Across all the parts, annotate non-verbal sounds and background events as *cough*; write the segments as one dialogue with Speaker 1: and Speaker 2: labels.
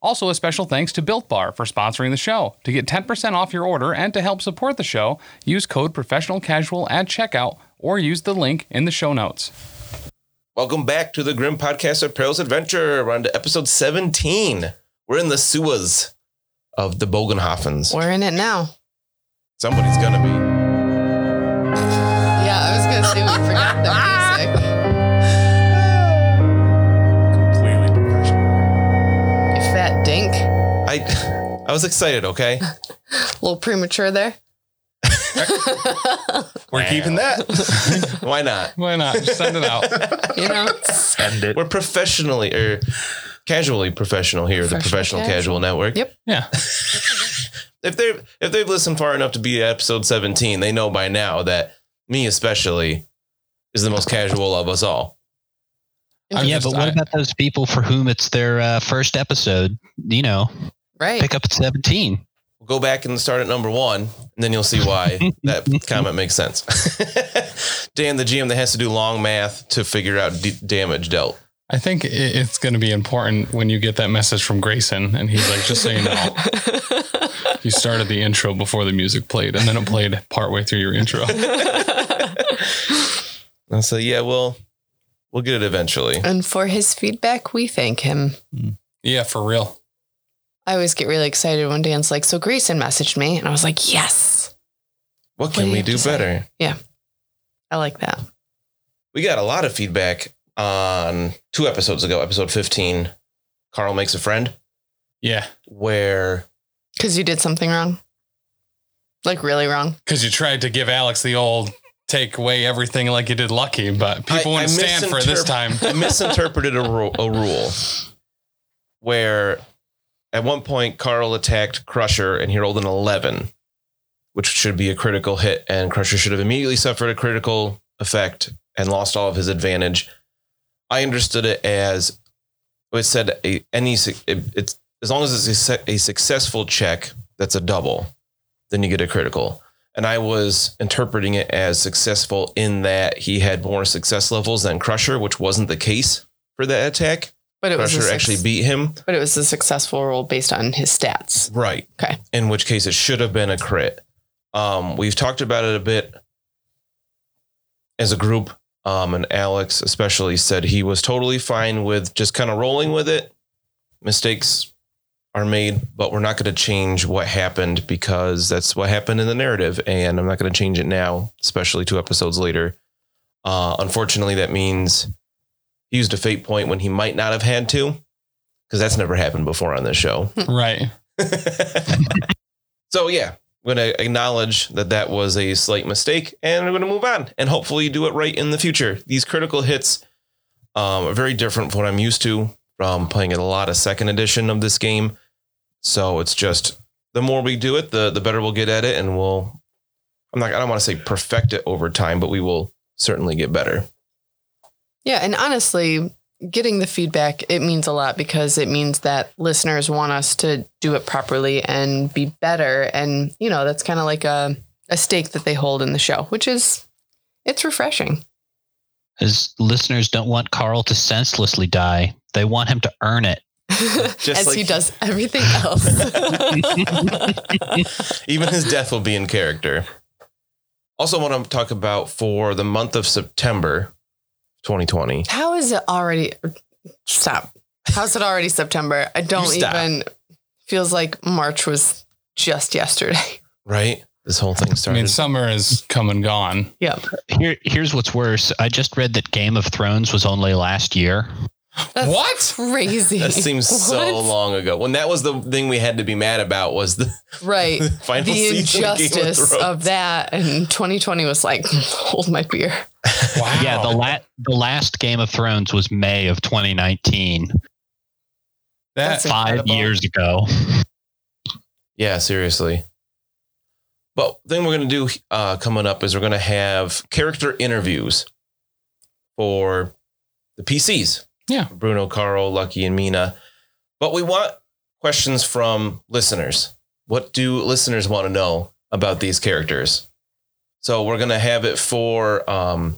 Speaker 1: Also, a special thanks to Built Bar for sponsoring the show. To get 10% off your order and to help support the show, use code Professional Casual at checkout or use the link in the show notes.
Speaker 2: Welcome back to the Grim Podcast of Perilous Adventure. We're on to episode 17. We're in the sewers of the Bogenhoffens.
Speaker 3: We're in it now.
Speaker 2: Somebody's gonna be.
Speaker 3: Yeah, I was gonna say we forgot the *laughs* music.
Speaker 1: Completely professional.
Speaker 3: You fat dink.
Speaker 2: I I was excited, okay? *laughs*
Speaker 3: A little premature there.
Speaker 2: We're keeping that. *laughs* Why not?
Speaker 1: Why not? Just send it out.
Speaker 3: You *laughs* know?
Speaker 4: Send it.
Speaker 2: We're professionally or casually professional here, at the
Speaker 3: Professional
Speaker 2: Professional Casual, Network.
Speaker 3: Yep.
Speaker 1: Yeah.
Speaker 2: If they have if they've listened far enough to be at episode 17, they know by now that me especially is the most casual of us all.
Speaker 1: I'm
Speaker 4: yeah,
Speaker 1: just-
Speaker 4: but what
Speaker 1: I-
Speaker 4: about those people for whom it's their uh, first episode? You know,
Speaker 3: Right.
Speaker 4: pick up at 17.
Speaker 2: go back and start at number one, and then you'll see why that comment makes sense. *laughs* Dan, the GM that has to do long math to figure out d- damage dealt.
Speaker 1: I think i- it's going to be important when you get that message from Grayson and he's like, just so you know, you started the intro before the music played and then it played partway through your
Speaker 3: *laughs*
Speaker 1: intro.
Speaker 2: And I say, yeah, we'll we'll get it eventually.
Speaker 3: and for his feedback, we thank him.
Speaker 1: Yeah, for real.
Speaker 3: I always get really excited when Dan's like, so Grayson messaged me. And I was like, yes.
Speaker 2: What
Speaker 3: do
Speaker 2: can
Speaker 3: you
Speaker 2: we
Speaker 3: have
Speaker 2: do
Speaker 3: to say?
Speaker 2: better?
Speaker 3: I like that.
Speaker 2: We got a lot of feedback on two episodes ago, episode fifteen. Carl makes a friend,
Speaker 1: Yeah.
Speaker 2: where
Speaker 3: Because you did something wrong. Like really wrong.
Speaker 1: Because you tried to give Alex the old take away everything like you did Lucky, but people
Speaker 2: I-
Speaker 1: wouldn't
Speaker 2: I
Speaker 1: stand for it this
Speaker 2: misinterp-
Speaker 1: time.
Speaker 2: I misinterpreted a, ru- a rule where at one point Carl attacked Crusher and he rolled an 11, which should be a critical hit. And Crusher should have immediately suffered a critical effect and lost all of his advantage. I understood it as it said a, any su- it, it's as long as it's a, su- a successful check that's a double, then you get a critical. And I was interpreting it as successful in that he had more success levels than Crusher, which wasn't the case for that attack.
Speaker 3: But it was a
Speaker 2: Crusher
Speaker 3: suc-
Speaker 2: actually beat him.
Speaker 3: But it was a successful role based on his stats.
Speaker 2: Right.
Speaker 3: Okay.
Speaker 2: In which case it should have been a crit. Um, we've talked about it a bit as a group. Um, and Alex especially said he was totally fine with just kind of rolling with it. Mistakes are made, but we're not going to change what happened because that's what happened in the narrative. And I'm not going to change it now, especially two episodes later. Uh, unfortunately, that means he used a fate point when he might not have had to, because that's never happened before on this show
Speaker 1: Right.
Speaker 2: *laughs* so yeah, I'm gonna acknowledge that that was a slight mistake, and I'm gonna move on, and hopefully do it right in the future. These critical hits um, are very different from what I'm used to from playing a lot of second edition of this game. So it's just the more we do it, the the better we'll get at it, and we'll. I'm not. I don't want to say perfect it over time, but we will certainly get better.
Speaker 3: Yeah, and honestly, getting the feedback it means a lot because it means that listeners want us to do it properly and be better and you know, that's kind of like a a stake that they hold in the show, which is it's refreshing. *laughs*
Speaker 4: As listeners don't want Carl to senselessly die, they want him to earn it.
Speaker 2: Just
Speaker 3: As
Speaker 2: like-
Speaker 3: he does everything else. *laughs*
Speaker 2: Even his death will be in character. Also, want to talk about for the month of September, 2020.
Speaker 3: How is it already stop. How's it already September? I don't
Speaker 2: stop.
Speaker 3: even feels like March was just yesterday. *laughs*
Speaker 2: right? This whole thing
Speaker 1: I
Speaker 2: started.
Speaker 1: mean, summer is come and
Speaker 2: *laughs*
Speaker 1: gone.
Speaker 3: Yep.
Speaker 4: Here, here's what's worse. I just read that Game of Thrones was only last year.
Speaker 3: That's
Speaker 1: What?
Speaker 3: Crazy.
Speaker 2: that
Speaker 3: *laughs*
Speaker 2: seems so
Speaker 3: What?
Speaker 2: long ago. When that was the thing we had to be mad about was the
Speaker 3: Right.
Speaker 2: *laughs* final
Speaker 3: the
Speaker 2: season of Game of
Speaker 3: injustice
Speaker 2: Thrones.
Speaker 3: of, that and 2020 was like *laughs* hold my beer
Speaker 1: Wow.
Speaker 4: Yeah, the la- the last Game of Thrones was May of 2019,
Speaker 1: that,
Speaker 3: That's
Speaker 4: five
Speaker 3: incredible.
Speaker 4: years ago.
Speaker 2: Yeah, seriously. But thing we're going to do uh, coming up is we're going to have character interviews for the PCs.
Speaker 1: Yeah.
Speaker 2: Bruno, Carl, Lucky, and Mina. But we want questions from listeners. What do listeners want to know about these characters? So we're going to have it for um,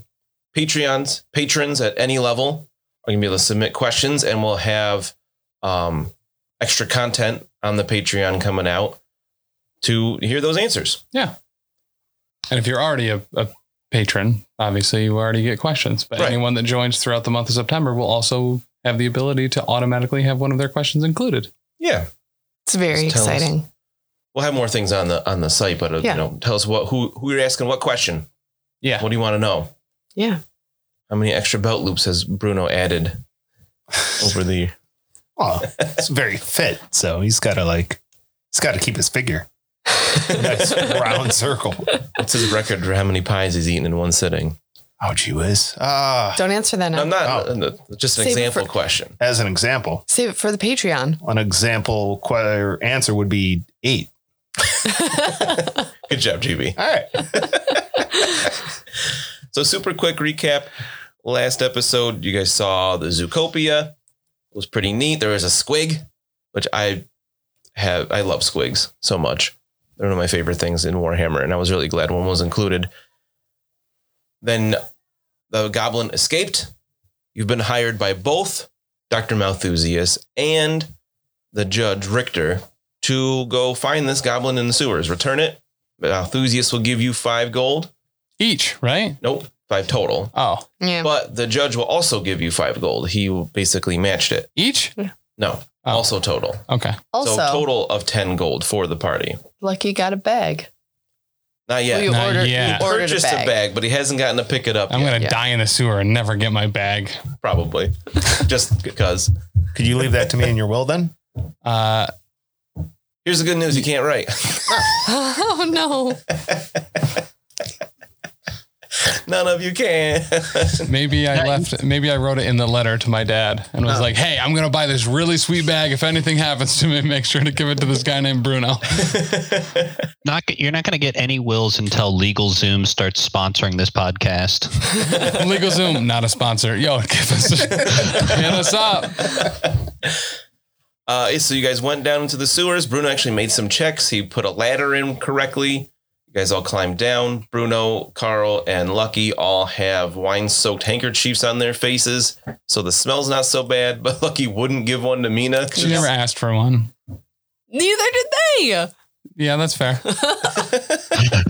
Speaker 2: Patreons, patrons at any level are going to be able to submit questions, and we'll have um, extra content on the Patreon coming out to hear those answers.
Speaker 1: And if you're already a, a patron, obviously you already get questions. But
Speaker 2: Right.
Speaker 1: anyone that joins throughout the month of September will also have the ability to automatically have one of their questions included.
Speaker 2: Yeah,
Speaker 3: It's very
Speaker 2: Just tell us.
Speaker 3: exciting.
Speaker 2: we'll have more things on the on the site, but uh,
Speaker 3: Yeah.
Speaker 2: you know, tell us what who who you're asking, what question,
Speaker 1: Yeah.
Speaker 2: what do you want to know?
Speaker 3: Yeah.
Speaker 2: How many extra belt loops has Bruno added over the?
Speaker 5: Well, it's very fit, so he's got to like, he's got to keep his figure. *laughs* Nice round circle.
Speaker 2: What's his record for how many pies he's eaten in one sitting?
Speaker 5: Ouch, he was. Ah,
Speaker 3: Don't answer that now.
Speaker 2: I'm not
Speaker 5: Oh.
Speaker 2: uh, just an
Speaker 3: Save it
Speaker 2: example
Speaker 3: for-
Speaker 2: question.
Speaker 5: as an example,
Speaker 3: Save it for the Patreon.
Speaker 5: an example que- or answer would be eight.
Speaker 2: Good job, GB.
Speaker 5: All right.
Speaker 2: So super quick recap. Last episode, you guys saw the Zootopia. It was pretty neat. There was a squig, which I have I love squigs so much. They're one of my favorite things in Warhammer, and I was really glad one was included. Then the goblin escaped. You've been hired by both Dr. Malthusius and the judge Richter to go find this goblin in the sewers. Return it. Malthusius will give you five gold.
Speaker 1: Each, right?
Speaker 2: Nope, five total.
Speaker 1: Oh,
Speaker 3: yeah.
Speaker 2: But the judge will also give you five gold. He basically matched it.
Speaker 1: each?
Speaker 2: No,
Speaker 1: Oh.
Speaker 2: also total.
Speaker 1: Okay.
Speaker 3: also,
Speaker 2: so total of ten gold for the party.
Speaker 3: Lucky got a bag.
Speaker 2: Not yet.
Speaker 3: Well, you
Speaker 1: Not
Speaker 3: ordered,
Speaker 1: yet.
Speaker 3: you ordered a
Speaker 2: purchased
Speaker 3: bag.
Speaker 2: but he hasn't gotten to pick it up
Speaker 1: I'm
Speaker 2: yet,
Speaker 1: going to
Speaker 3: yeah.
Speaker 1: die in a sewer and never get my bag.
Speaker 2: probably. *laughs* Just because.
Speaker 5: Could you leave that to me in your will then?
Speaker 1: Uh,
Speaker 2: Here's the good news: you can't write.
Speaker 3: *laughs*
Speaker 2: *laughs*
Speaker 3: oh no.
Speaker 2: None of you can. *laughs*
Speaker 1: maybe I left, maybe I wrote it in the letter to my dad and
Speaker 3: Oh.
Speaker 1: was like, hey, I'm going to buy this really sweet bag. If anything happens to me, make sure to give it to this guy named Bruno.
Speaker 4: Not g- you're not going to get any wills until LegalZoom starts sponsoring this podcast.
Speaker 1: Legal Zoom, not a sponsor. Yo, *laughs* give us, hit us up.
Speaker 2: Uh, so you guys went down into the sewers. Bruno actually made some checks. He put a ladder in correctly. You guys all climbed down. Bruno, Carl, and Lucky all have wine-soaked handkerchiefs on their faces, so the smell's not so bad. *laughs* But Lucky wouldn't give one to Mina.
Speaker 1: She never asked for one.
Speaker 3: Neither did they.
Speaker 1: Yeah, that's fair.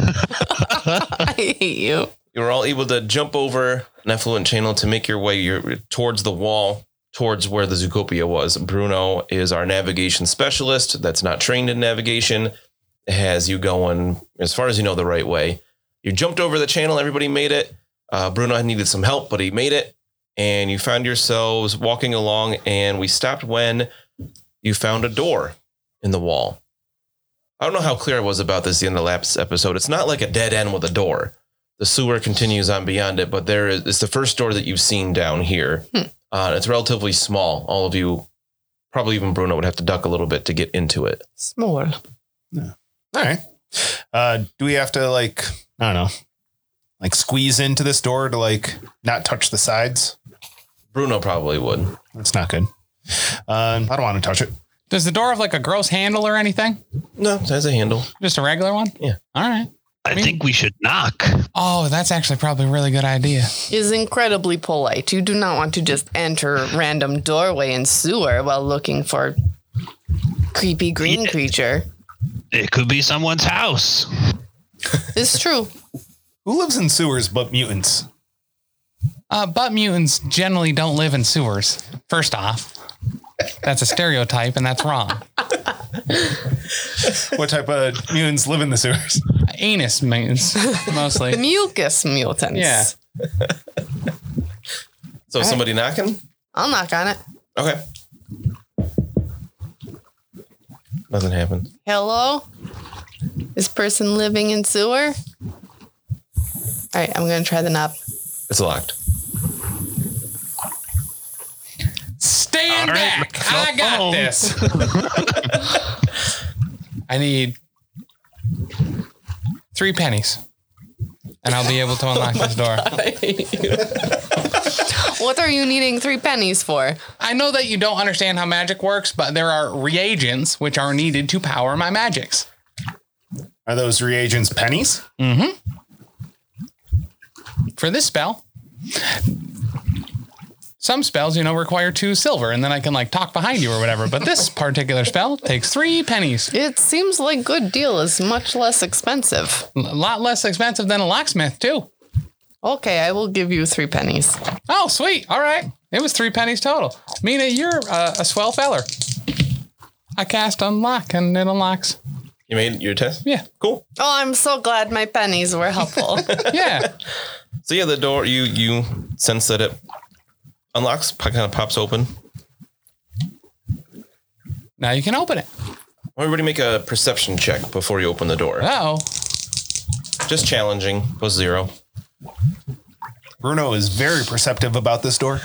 Speaker 3: I hate you.
Speaker 2: You were all able to jump over an effluent channel to make your way your, towards the wall, towards where the Zootopia was. Bruno is our navigation specialist that's not trained in navigation, has you going as far as you know the right way. You jumped over the channel, everybody made it. Uh, Bruno needed some help, but he made it. And you found yourselves walking along, and we stopped when you found a door in the wall. I don't know how clear I was about this in the last episode. It's not like a dead end with a door the sewer continues on beyond it, but there is it's the first door that you've seen down here.
Speaker 3: Hmm.
Speaker 2: Uh, it's relatively small. All of you, probably even Bruno, would have to duck a little bit to get into it.
Speaker 3: Small.
Speaker 5: All right. Uh, do we have to like, I don't know, like squeeze into this door to like not touch the sides?
Speaker 2: Bruno probably would.
Speaker 5: That's not good. Um, I don't want to touch it.
Speaker 1: Does the door have like a gross handle or anything?
Speaker 2: No, it has a handle.
Speaker 1: Just a regular one?
Speaker 2: Yeah.
Speaker 1: All right.
Speaker 4: I think we should knock.
Speaker 1: Oh, that's actually probably a really good idea.
Speaker 3: Is incredibly polite. You do not want to just enter a random doorway and sewer while looking for creepy green creature.
Speaker 4: It could be someone's house.
Speaker 3: It's true.
Speaker 5: Who lives in sewers but mutants?
Speaker 1: Uh, but mutants generally don't live in sewers. First off, that's a stereotype and that's wrong.
Speaker 5: What type of mutants live in the sewers?
Speaker 1: Anus mutants, mostly.
Speaker 3: Mucus mutants.
Speaker 1: Yeah.
Speaker 2: So
Speaker 3: right.
Speaker 2: somebody knocking?
Speaker 3: I'll knock on it.
Speaker 2: Okay. Nothing happened.
Speaker 3: Hello? This person living in sewer? All right, I'm going to try the knob.
Speaker 2: It's locked.
Speaker 1: Stand
Speaker 4: All right,
Speaker 1: back. I got this. *laughs* I need three pennies, and I'll be able to unlock this door.
Speaker 3: What are you needing three pennies for?
Speaker 1: I know that you don't understand how magic works, but there are reagents which are needed to power my magics.
Speaker 5: Are those reagents pennies?
Speaker 1: for this spell. Some spells, you know, require two silver, and then I can like talk behind you or whatever. But this *laughs* particular spell takes three pennies.
Speaker 3: It seems like good deal is much less expensive.
Speaker 1: A lot less expensive than a locksmith, too.
Speaker 3: Okay, I will give you three pennies.
Speaker 1: Oh, sweet. All right. It was three pennies total. Mina, you're uh, a swell feller. I cast unlock and it unlocks.
Speaker 2: You made your test?
Speaker 1: Yeah.
Speaker 2: Cool.
Speaker 3: Oh, I'm so glad my pennies were *laughs* helpful.
Speaker 1: Yeah.
Speaker 2: So yeah, the door you you sense that it unlocks, kind of pops open.
Speaker 1: now you can open it.
Speaker 2: Everybody make a perception check before you open the door.
Speaker 1: Oh,
Speaker 3: Ah.
Speaker 2: Just challenging. Plus zero.
Speaker 5: Bruno is very perceptive about this door.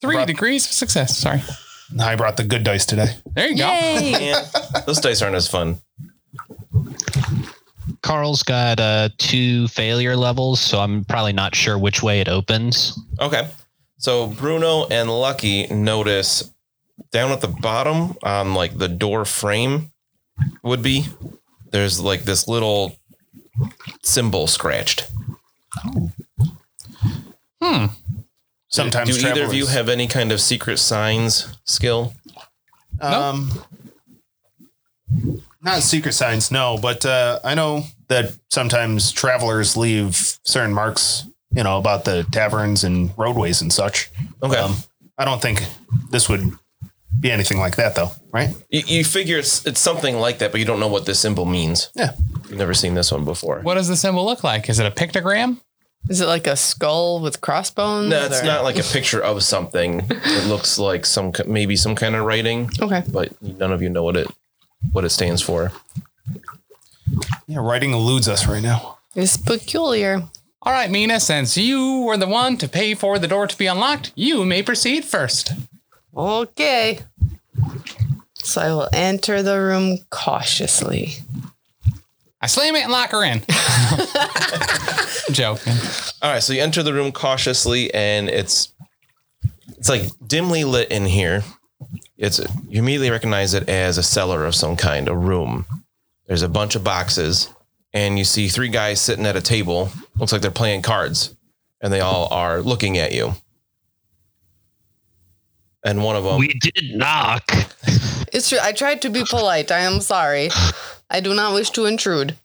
Speaker 1: three degrees of success. Sorry.
Speaker 5: I brought the good dice today.
Speaker 1: There you go.
Speaker 3: Yay!
Speaker 2: *laughs* Yeah. Those dice aren't as fun.
Speaker 4: Carl's got uh, two failure levels, so I'm probably not sure which way it opens.
Speaker 2: Okay. So Bruno and Lucky notice down at the bottom on like the door frame would be there's like this little symbol scratched.
Speaker 5: Sometimes
Speaker 2: Do either of you
Speaker 5: travelers-
Speaker 2: have any kind of secret signs skill?
Speaker 5: Um, Not secret signs, no, but uh, I know that sometimes travelers leave certain marks, you know, about the taverns and roadways and such.
Speaker 2: Okay.
Speaker 5: Um, I don't think this would be anything like that, though, right?
Speaker 2: you, you figure it's it's something like that, but you don't know what this symbol means.
Speaker 5: Yeah.
Speaker 2: You've never seen this one before.
Speaker 1: What does the symbol look like? Is it a pictogram?
Speaker 3: Is it like a skull with crossbones?
Speaker 2: No, it's
Speaker 3: or-
Speaker 2: not like a picture of something. It looks like some ki- maybe some kind of writing,
Speaker 3: Okay.
Speaker 2: but none of you know what it what it stands for.
Speaker 5: Yeah, writing eludes us right now.
Speaker 3: It's peculiar.
Speaker 1: All right, Mina, since you were the one to pay for the door to be unlocked, you may proceed first.
Speaker 3: Okay. So I will enter the room cautiously.
Speaker 1: I slam it and lock her
Speaker 2: *laughs*
Speaker 1: in. Joking.
Speaker 2: All right, so you enter the room cautiously, and it's it's like dimly lit in here. It's you immediately recognize it as a cellar of some kind, a room. There's a bunch of boxes, and you see three guys sitting at a table. Looks like they're playing cards, and they all are looking at you. And one of them,
Speaker 4: We did knock.
Speaker 3: It's true. I tried to be polite. I am sorry. I do not wish to intrude.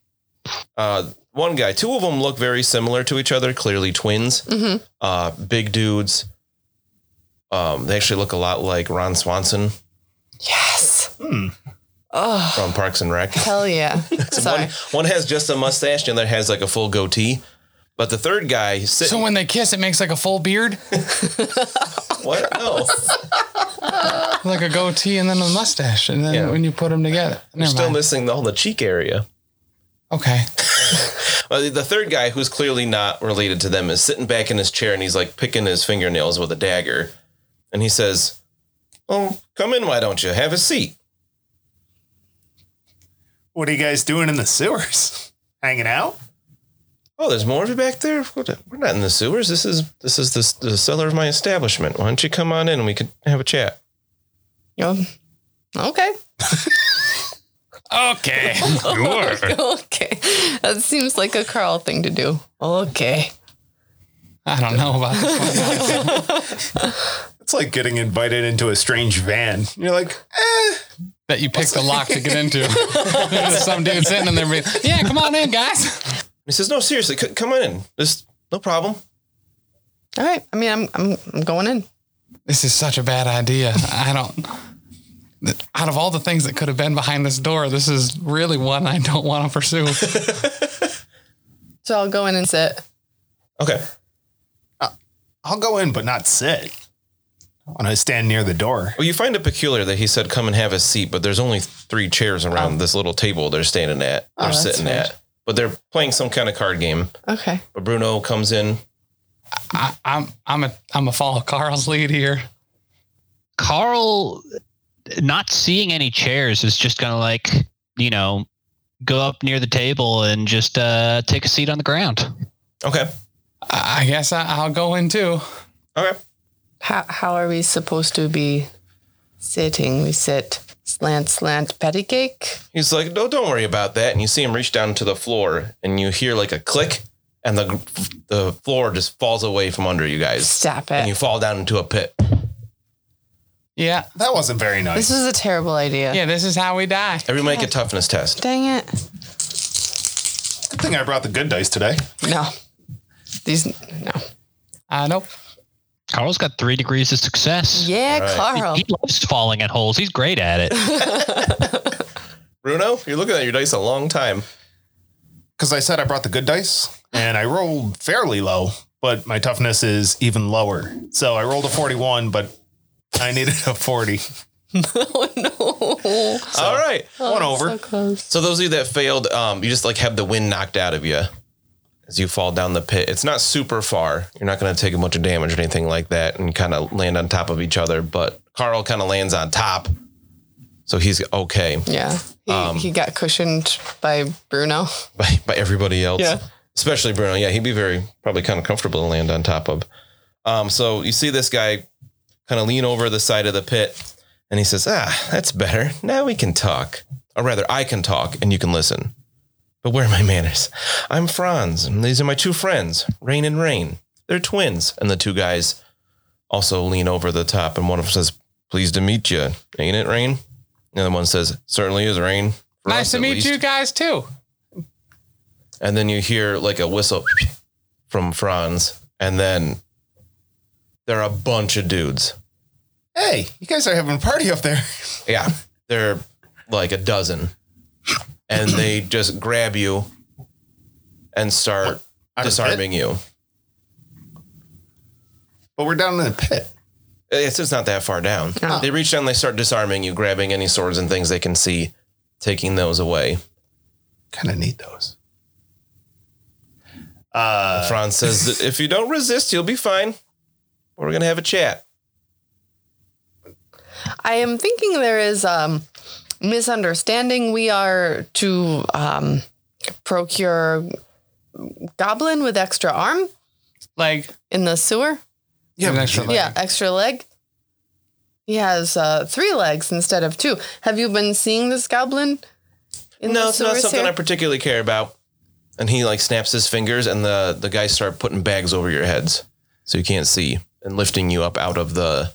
Speaker 2: uh, one guy, two of them look very similar to each other. Clearly twins, uh, big dudes. Um, they actually look a lot like Ron Swanson.
Speaker 3: Yes.
Speaker 2: from Parks and Rec.
Speaker 3: Hell yeah. sorry.
Speaker 2: One has just a mustache, and the other has like a full goatee. But the third guy, sit,
Speaker 1: So when they kiss, it makes like a full beard,
Speaker 2: what? Oh, No,
Speaker 1: like a goatee, and then a mustache. And then
Speaker 2: Yeah.
Speaker 1: when you put them together,
Speaker 2: you're
Speaker 1: never
Speaker 2: still
Speaker 1: mind.
Speaker 2: missing the, all the cheek area.
Speaker 1: okay.
Speaker 2: Uh, the- the third guy, who's clearly not related to them, is sitting back in his chair and he's like picking his fingernails with a dagger, and he says, "Oh, come in, why don't you have a seat?"
Speaker 5: What are you guys doing in the sewers? Hanging out?
Speaker 2: Oh, there's more of you back there. What- We're not in the sewers. This is this is the, the cellar of my establishment. Why don't you come on in and we could have a chat?
Speaker 3: Um, okay.
Speaker 1: Okay. *laughs*
Speaker 3: Okay. That seems like a Carl thing to do. Okay.
Speaker 1: I don't know about this one.
Speaker 5: It's like getting invited into a strange van. You're like, eh,
Speaker 1: that you picked the lock to get into. There's some dude sitting in there, being, yeah, come on in, guys.
Speaker 2: He says, "No, seriously, c- come on in. This no problem."
Speaker 3: All right. I mean, I'm I'm, I'm going in.
Speaker 1: This is such a bad idea. I don't. Out of all the things that could have been behind this door, this is really one I don't want to pursue.
Speaker 3: So I'll go in and sit.
Speaker 2: Okay.
Speaker 5: I'll go in, but not sit. When I stand near the door,
Speaker 2: Well, you find it peculiar that he said, "Come and have a seat," but there's only three chairs around this little table they're standing at,
Speaker 3: Oh,
Speaker 2: they're
Speaker 3: that's
Speaker 2: sitting
Speaker 3: weird.
Speaker 2: at, but they're playing some kind of card game.
Speaker 3: Okay.
Speaker 2: But Bruno comes in.
Speaker 1: I, I'm I'm a I'm a follow Carl's lead here.
Speaker 4: Carl, not seeing any chairs, is just kind of like, you know, go up near the table and just uh, take a seat on the ground.
Speaker 2: Okay.
Speaker 1: I I guess I, I'll go in too.
Speaker 2: Okay.
Speaker 3: How, how are we supposed to be sitting? We sit slant, slant, patty cake.
Speaker 2: He's like, no, don't worry about that. And you see him reach down to the floor, and you hear like a click, and the gr- the floor just falls away from under you guys,
Speaker 3: Stop
Speaker 2: and
Speaker 3: it.
Speaker 2: you fall down into a pit.
Speaker 1: Yeah.
Speaker 5: That wasn't very
Speaker 3: this
Speaker 5: nice.
Speaker 3: was a terrible idea.
Speaker 1: Yeah, this is how we die.
Speaker 2: Everybody make a toughness test.
Speaker 3: Dang it.
Speaker 5: Good thing I brought the good dice today.
Speaker 3: No. These, no.
Speaker 1: Uh, nope.
Speaker 4: Carl's got three degrees of success.
Speaker 3: Yeah,
Speaker 2: right.
Speaker 3: Carl.
Speaker 4: He loves falling at holes. He's great at
Speaker 3: *laughs*
Speaker 4: it.
Speaker 2: Bruno, you're looking at your dice a long time.
Speaker 5: Because I said I brought the good dice and I rolled fairly low, but my toughness is even lower. So I rolled a 41, but I needed a 40.
Speaker 3: Oh, no.
Speaker 2: All right.
Speaker 5: One over.
Speaker 3: So close.
Speaker 2: So those of you that failed, um, you just like have the wind knocked out of you as you fall down the pit. It's not super far. You're not going to take a bunch of damage or anything like that, and kind of land on top of each other. But Carl kind of lands on top, so he's okay
Speaker 3: Yeah. He,
Speaker 2: Um,
Speaker 3: he got cushioned by Bruno.
Speaker 2: by, by everybody else.
Speaker 3: Yeah.
Speaker 2: Especially Bruno. Yeah, he'd be very probably kind of comfortable to land on top of. Um, so you see this guy kind of lean over the side of the pit, and he says, "Ah, that's better. Now we can talk, or rather, I can talk, and you can listen." But where are my manners? I'm Franz, and these are my two friends, Rain and Rain. They're twins. And the two guys also lean over the top, and one of them says, Pleased to meet you. Ain't it, Rain? And the other one says, Certainly is, Rain. For
Speaker 1: Nice
Speaker 2: us,
Speaker 1: to
Speaker 2: at
Speaker 1: meet
Speaker 2: least."
Speaker 1: you guys too.
Speaker 2: And then you hear like a whistle from Franz, and then there are a bunch of dudes.
Speaker 5: Hey, you guys are having a party up there.
Speaker 2: Yeah, there are like a dozen,
Speaker 5: *clears throat*
Speaker 2: and they just grab you and start
Speaker 5: Out of the
Speaker 2: disarming you.
Speaker 5: But we're down in the pit.
Speaker 2: It's, it's not that far down. They reach down, they start disarming you, grabbing any swords and things they can see, taking those away.
Speaker 5: Kind of need those. Uh,
Speaker 2: Franz says,
Speaker 5: *laughs*
Speaker 2: that "If you don't resist, you'll be fine. We're gonna have a chat."
Speaker 3: I am thinking there is um misunderstanding. We are to um, procure goblin with extra arm
Speaker 1: Like,
Speaker 3: in the sewer.
Speaker 1: yeah, an extra leg.
Speaker 3: Yeah, extra leg. He has uh, three legs instead of two. Have you been seeing this goblin? In
Speaker 2: no, it's not
Speaker 3: sewers
Speaker 2: something
Speaker 3: here?
Speaker 2: I particularly care about. And he like snaps his fingers, and the the guys start putting bags over your heads, so you can't see, and lifting you up out of the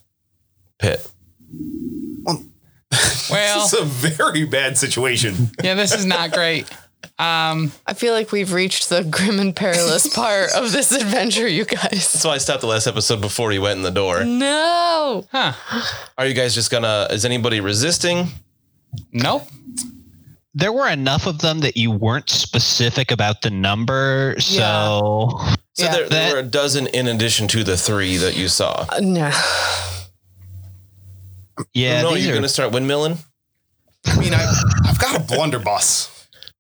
Speaker 2: pit.
Speaker 1: Well,
Speaker 5: This is a very bad situation.
Speaker 1: yeah, this is not great. Um,
Speaker 3: I feel like we've reached the grim and *laughs* perilous part of this adventure, you guys.
Speaker 2: That's why I stopped the last episode before he went in the door.
Speaker 3: No.
Speaker 1: huh?
Speaker 2: Are you guys just gonna? Is anybody resisting?
Speaker 1: Nope.
Speaker 4: There were enough of them that you weren't specific about the number. So
Speaker 2: So
Speaker 3: Yeah.
Speaker 2: there, there
Speaker 4: That-
Speaker 2: were a dozen in addition to the three that you saw.
Speaker 3: Uh, No.
Speaker 4: yeah,
Speaker 2: Oh, no,
Speaker 4: these
Speaker 2: you're
Speaker 4: are,
Speaker 2: gonna start windmilling.
Speaker 5: I mean, I, I've got a blunderbuss.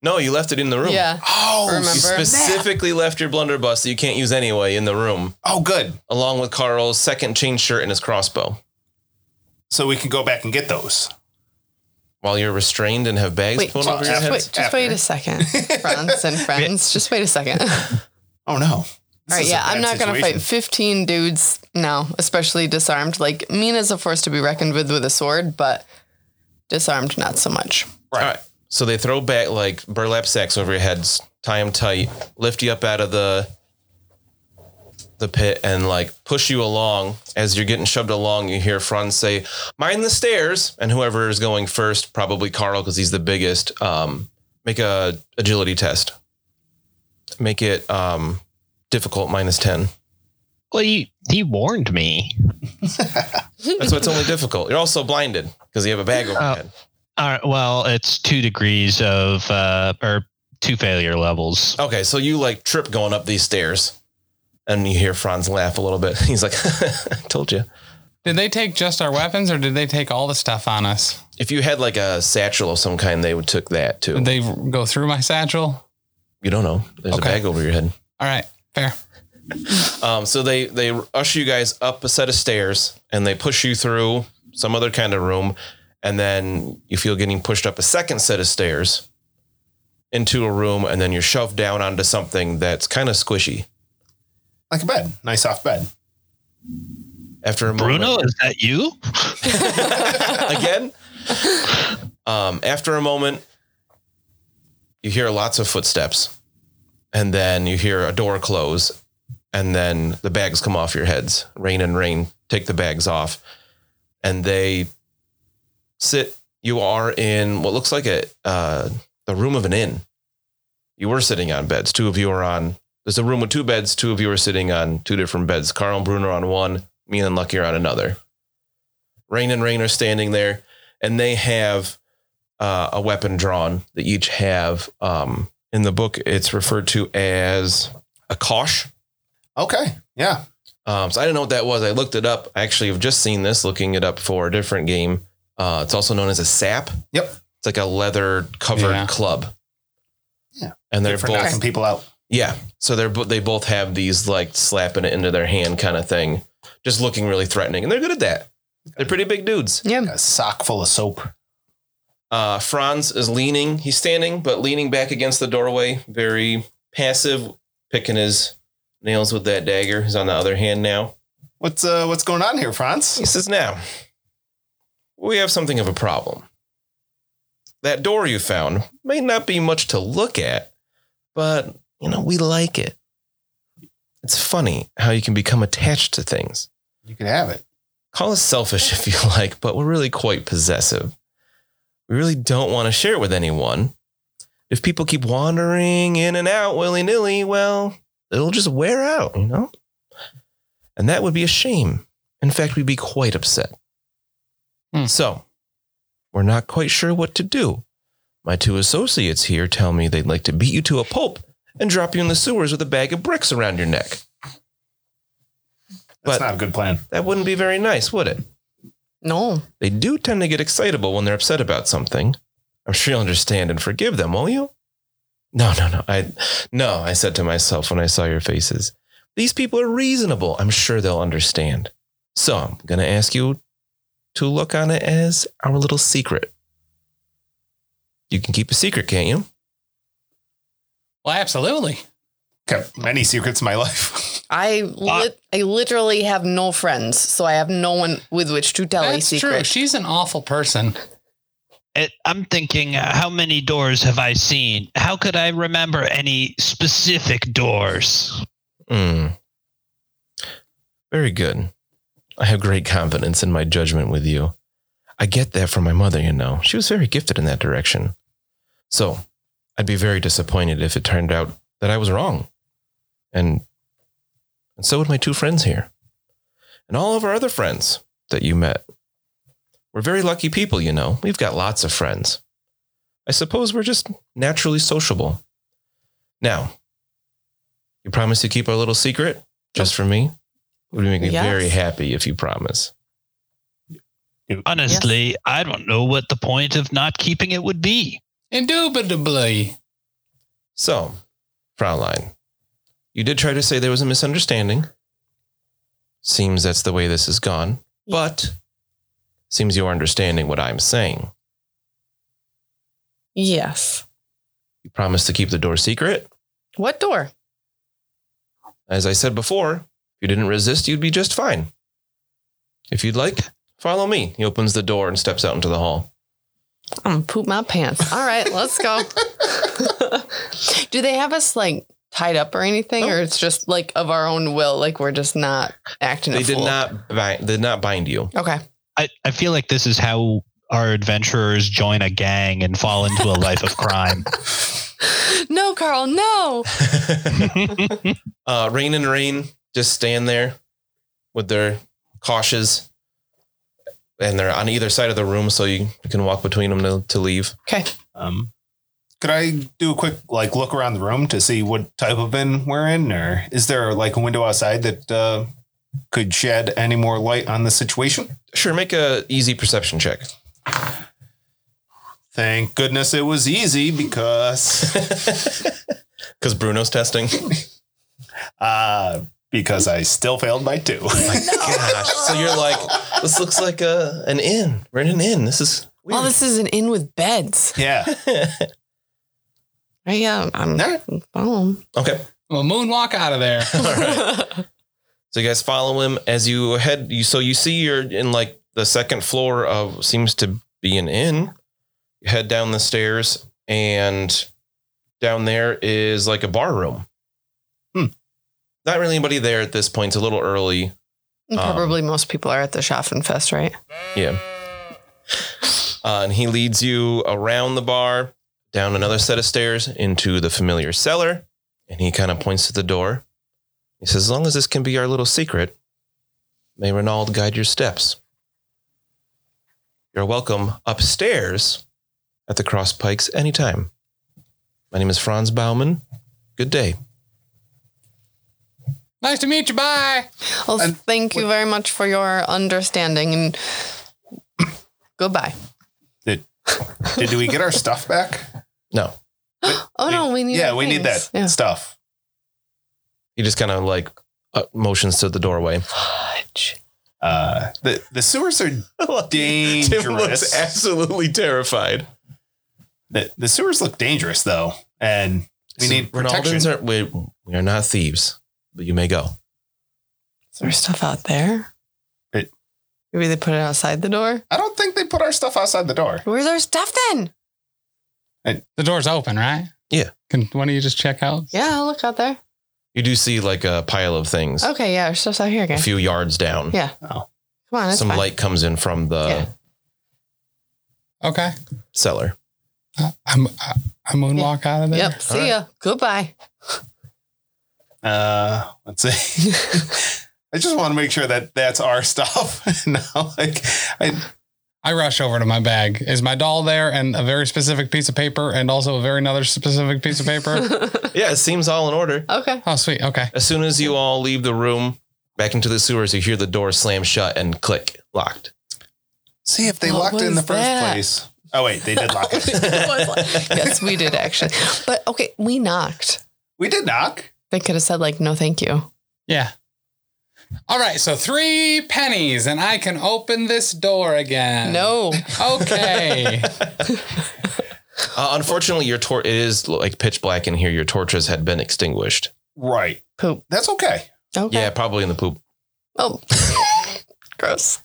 Speaker 2: No, you left it in the room.
Speaker 3: Yeah.
Speaker 5: Oh,
Speaker 3: Remember?
Speaker 2: You specifically left your blunderbuss that you can't use anyway in the room,
Speaker 5: oh, good.
Speaker 2: along with Carl's second chain shirt and his crossbow.
Speaker 5: So we can go back and get those.
Speaker 2: While you're restrained and have bags
Speaker 3: Wait,
Speaker 2: pulled
Speaker 3: just,
Speaker 2: over your
Speaker 5: just
Speaker 2: heads.
Speaker 3: wait, just wait a second, friends and friends. Just wait a second.
Speaker 5: Oh no.
Speaker 3: All right,
Speaker 5: is
Speaker 3: yeah,
Speaker 5: a
Speaker 3: I'm
Speaker 5: bad
Speaker 3: not going to
Speaker 5: situation.
Speaker 3: fight 15 dudes now, especially disarmed. Like, Mina's a force to be reckoned with with a sword, but disarmed, not so much.
Speaker 2: All right. So they throw back like burlap sacks over your heads, tie them tight, lift you up out of the the pit, and like push you along. As you're getting shoved along, you hear Franz say, "Mind the stairs!" And whoever is going first, probably Carl because he's the biggest, um, make a agility test. Make it um, difficult minus ten.
Speaker 4: well, he, he warned me.
Speaker 2: That's why it's only difficult. You're also blinded because you have a bag over your
Speaker 4: Oh.
Speaker 2: head.
Speaker 4: All right, well, it's two degrees of uh, or two failure levels.
Speaker 2: Okay, so you like trip going up these stairs, and you hear Franz laugh a little bit. *laughs* He's like, "I told you."
Speaker 1: Did they take just our weapons, or did they take all the stuff on us?
Speaker 2: If you had like a satchel of some kind, they would took that too.
Speaker 1: Did they go through my satchel?
Speaker 2: you don't know. There's
Speaker 1: Okay.
Speaker 2: a bag over your head.
Speaker 1: All right, fair.
Speaker 2: Um, so they they usher you guys up a set of stairs, and they push you through some other kind of room, and then you feel getting pushed up a second set of stairs into a room, and then you're shoved down onto something that's kind of squishy.
Speaker 5: Like a bed, nice soft bed.
Speaker 2: After a moment,
Speaker 4: Bruno, is that you?
Speaker 2: *laughs* again. Um, after a moment, you hear lots of footsteps, and then you hear a door close, and then the bags come off your heads. Rain and rain take the bags off, and they sit. You are in what looks like a uh, the room of an inn. You were sitting on beds. Two of you are on. There's a room with two beds. Two of you are sitting on two different beds. Carl and Bruno are on one. Me and Lucky are on another. Rain and Rain are standing there, and they have uh, a weapon drawn. They each have um, in the book. It's referred to as a kosh.
Speaker 5: Okay, yeah.
Speaker 2: Um, so I didn't know what that was. I looked it up. I actually have just seen this, looking it up for a different game. Uh, it's also known as a sap.
Speaker 5: Yep.
Speaker 2: It's like a leather covered
Speaker 1: Yeah.
Speaker 2: club.
Speaker 5: Yeah.
Speaker 2: And they're
Speaker 5: Good for
Speaker 2: both
Speaker 5: knocking people out.
Speaker 2: yeah. So they're bo- they both have these like slapping it into their hand kind of thing, just looking really threatening, and they're good at that. They're pretty big dudes.
Speaker 3: Yeah.
Speaker 5: A sock full of soap.
Speaker 2: Uh, Franz is leaning. He's standing, but leaning back against the doorway, very passive, picking his nails with that dagger. He's on the other hand now.
Speaker 5: What's uh, what's going on here, Franz?
Speaker 2: He says, Now, we have something of a problem. That door you found may not be much to look at, but, you know, we like it. It's funny how you can become attached to things.
Speaker 5: You can have it.
Speaker 2: call us selfish if you *laughs* like, but we're really quite possessive. We really don't want to share it with anyone. If people keep wandering in and out willy nilly, well, it'll just wear out, you know? And that would be a shame. In fact, we'd be quite upset.
Speaker 1: Hmm.
Speaker 2: So, we're not quite sure what to do. My two associates here tell me they'd like to beat you to a pulp and drop you in the sewers with a bag of bricks around your neck.
Speaker 5: That's
Speaker 2: But-
Speaker 5: not a good plan.
Speaker 2: That wouldn't be very nice, would it?
Speaker 3: No.
Speaker 2: They do tend to get excitable when they're upset about something. I'm sure you'll understand and forgive them, won't you? No, no, no. I no, I said to myself when I saw your faces. These people are reasonable. I'm sure they'll understand. So I'm gonna ask you to look on it as our little secret. You can keep a secret, can't you?
Speaker 1: Well, absolutely.
Speaker 5: Kept many secrets in my *laughs* life.
Speaker 3: I lit I literally have no friends, so I have no one with which to tell
Speaker 1: That's
Speaker 3: a
Speaker 1: true.
Speaker 3: secret.
Speaker 1: She's an awful person.
Speaker 4: It, I'm thinking, uh, how many doors have I seen? How could I remember any specific doors?
Speaker 2: Mm. Very good. I have great confidence in my judgment with you. I get that from my mother, you know. She was very gifted in that direction. So I'd be very disappointed if it turned out that I was wrong. And, and so would my two friends here. And all of our other friends that you met. We're very lucky people, you know. We've got lots of friends. I suppose we're just naturally sociable. Now, you promise to keep our little secret just for me? It would make me
Speaker 3: Yes.
Speaker 2: very happy if you promise.
Speaker 4: Honestly, I don't know what the point of not keeping it would be.
Speaker 1: Indubitably.
Speaker 2: So, Fraulein, you did try to say there was a misunderstanding. Seems that's the way this has gone, but seems you're understanding what I'm saying.
Speaker 3: Yes.
Speaker 2: You promised to keep the door secret.
Speaker 3: What door?
Speaker 2: As I said before, if you didn't resist, you'd be just fine. If you'd like, follow me. He opens the door and steps out into the hall.
Speaker 3: I'm gonna poop my pants. All right, let's go. *laughs* Do they have us like tied up or anything, or it's just like of our own will? Like we're just not acting. a
Speaker 2: They did
Speaker 3: fool?
Speaker 2: not bind, did not bind you.
Speaker 3: Okay.
Speaker 4: I, I feel like this is how our adventurers join a gang and fall into a life of crime.
Speaker 3: No, Carl. No.
Speaker 2: *laughs* Uh, Rain and Rain just stand there with their cautious, and they're on either side of the room, so you, you can walk between them to, to leave.
Speaker 3: Okay.
Speaker 5: Um, could I do a quick like look around the room to see what type of inn we're in, or is there like a window outside that uh, could shed any more light on the situation?
Speaker 2: Sure, make a easy perception check. *laughs*
Speaker 5: Thank goodness it was easy because
Speaker 2: Because Bruno's testing.
Speaker 5: uh, because I still failed by two.
Speaker 2: *laughs*
Speaker 5: *laughs*
Speaker 2: Gosh, so you're like, this looks like a an inn. We're in an inn. This is *laughs*
Speaker 3: Well, this is an inn with beds.
Speaker 5: Yeah.
Speaker 3: Right? Yeah, I'm
Speaker 2: All right.
Speaker 3: follow 'em.
Speaker 2: Okay.
Speaker 1: Well, moonwalk out of there. *laughs*
Speaker 2: All right. So you guys follow him as you head. You so you see you're in like the second floor of seems to be an inn. You head down the stairs and down there is like a bar room.
Speaker 5: Hmm.
Speaker 2: Not really anybody there at this point. It's a little early.
Speaker 3: And
Speaker 2: Um,
Speaker 3: *laughs* Probably most people are at the Schaffenfest, right?
Speaker 2: Yeah. Uh, and he leads you around the bar, down another set of stairs into the familiar cellar. And he kind of points to the door. He says, As long as this can be our little secret, may Renaud guide your steps. You're welcome upstairs at the Cross Pikes anytime. My name is Franz Baumann. Good day.
Speaker 1: nice to meet you. Bye.
Speaker 3: Well,
Speaker 5: And
Speaker 3: thank you very much for your understanding and goodbye.
Speaker 5: Did we get our stuff back?
Speaker 2: No,
Speaker 3: Oh no, we need
Speaker 5: Yeah,
Speaker 3: our
Speaker 5: we need that
Speaker 3: things. Yeah.
Speaker 5: stuff.
Speaker 2: he just kind of like uh, motions to the doorway.
Speaker 5: Uh, the the
Speaker 3: *laughs*
Speaker 5: sewers are dangerous.
Speaker 2: Tim looks absolutely terrified.
Speaker 5: the, the sewers look dangerous though, and we need protection.
Speaker 2: Ronaldans are we, we are not thieves, but you may go.
Speaker 3: Is there stuff out there?
Speaker 5: It-
Speaker 3: Maybe they put it outside the door.
Speaker 5: I don't think they put our stuff outside the door.
Speaker 3: Where's our stuff then?
Speaker 1: The door's open, right?
Speaker 2: Yeah.
Speaker 1: Can one of you just check out?
Speaker 3: Yeah, I'll look out there.
Speaker 2: You do see like a pile of things
Speaker 3: Oh, Okay, yeah, our stuff's out here
Speaker 2: a
Speaker 3: again.
Speaker 2: few yards down.
Speaker 3: Yeah, Come on, it's
Speaker 2: Some
Speaker 3: fine.
Speaker 2: light comes in from the
Speaker 3: Yeah.
Speaker 1: Okay.
Speaker 2: cellar.
Speaker 1: I, I'm, I, I moonwalk out of there.
Speaker 3: Yep. See
Speaker 2: right.
Speaker 3: ya. Goodbye.
Speaker 5: Uh, let's see.
Speaker 3: *laughs*
Speaker 5: I just want to make sure that that's our stuff. *laughs* no, like I,
Speaker 1: I rush over to my bag. Is my doll there and a very specific piece of paper and also a very another specific piece of
Speaker 3: *laughs*
Speaker 1: paper?
Speaker 2: Yeah, it seems all in order. *laughs*
Speaker 3: Okay. *laughs*
Speaker 1: oh, sweet. Okay.
Speaker 2: As soon as you all leave the room back into the sewers, you hear the door slam shut and click locked.
Speaker 5: see if they
Speaker 3: What
Speaker 5: locked it in the
Speaker 3: was
Speaker 5: first
Speaker 3: that?
Speaker 5: place. Oh wait, they did lock it.
Speaker 3: *laughs* yes, we did actually. But okay, we knocked.
Speaker 5: We did knock.
Speaker 3: They could have said like, no, thank you.
Speaker 1: Yeah. All right. So three pennies and I can open this door again.
Speaker 3: No.
Speaker 1: Okay.
Speaker 2: Uh, unfortunately, your tor- it is like pitch black in here. Your torches had been extinguished.
Speaker 5: Right.
Speaker 3: Poop.
Speaker 5: That's okay.
Speaker 3: Okay.
Speaker 2: Yeah, probably in the poop.
Speaker 3: Oh. *laughs* Gross.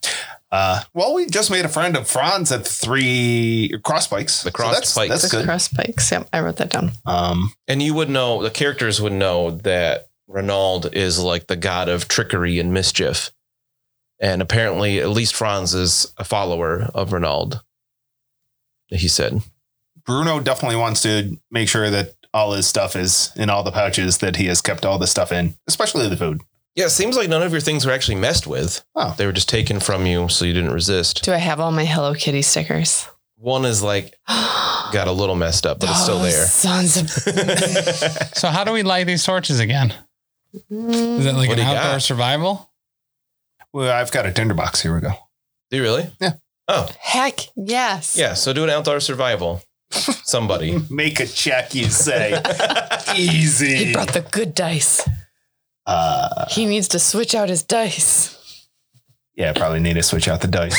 Speaker 5: Uh, well, we just made a friend of Franz at the three cross bikes.
Speaker 2: The cross
Speaker 5: that's,
Speaker 2: bikes.
Speaker 5: That's
Speaker 3: The
Speaker 5: good.
Speaker 3: cross spikes. Yep, I wrote that down.
Speaker 5: Um,
Speaker 2: And you would know the characters would know that Renaud is like the god of trickery and mischief. And apparently, at least Franz is a follower of Renaud. He said,
Speaker 5: Bruno definitely wants to make sure that all his stuff is in all the pouches that he has kept all the stuff in, especially the food.
Speaker 2: "Yeah, it seems like none of your things were actually messed with.
Speaker 5: Oh.
Speaker 2: They were just taken from you, so you didn't resist.
Speaker 3: Do I have all my Hello Kitty stickers?
Speaker 2: One is like got a little messed up, but it's
Speaker 3: *gasps*
Speaker 2: still
Speaker 3: Those
Speaker 2: there.
Speaker 3: Oh, Sons of.
Speaker 1: so how do we light these torches again? Is it like an
Speaker 2: What do you
Speaker 1: outdoor
Speaker 2: got?
Speaker 1: survival?
Speaker 5: Well, I've got a tinderbox. Here we go.
Speaker 2: *laughs* Do you really?
Speaker 5: Yeah.
Speaker 2: Oh,
Speaker 3: *laughs* Heck yes.
Speaker 2: yeah. So do an outdoor survival. *laughs* Somebody.
Speaker 5: Make a check, you *laughs* say. Easy.
Speaker 3: He brought the good dice.
Speaker 5: uh,
Speaker 3: He needs to switch out his dice. *laughs*
Speaker 5: yeah, probably need to switch out the *laughs* dice.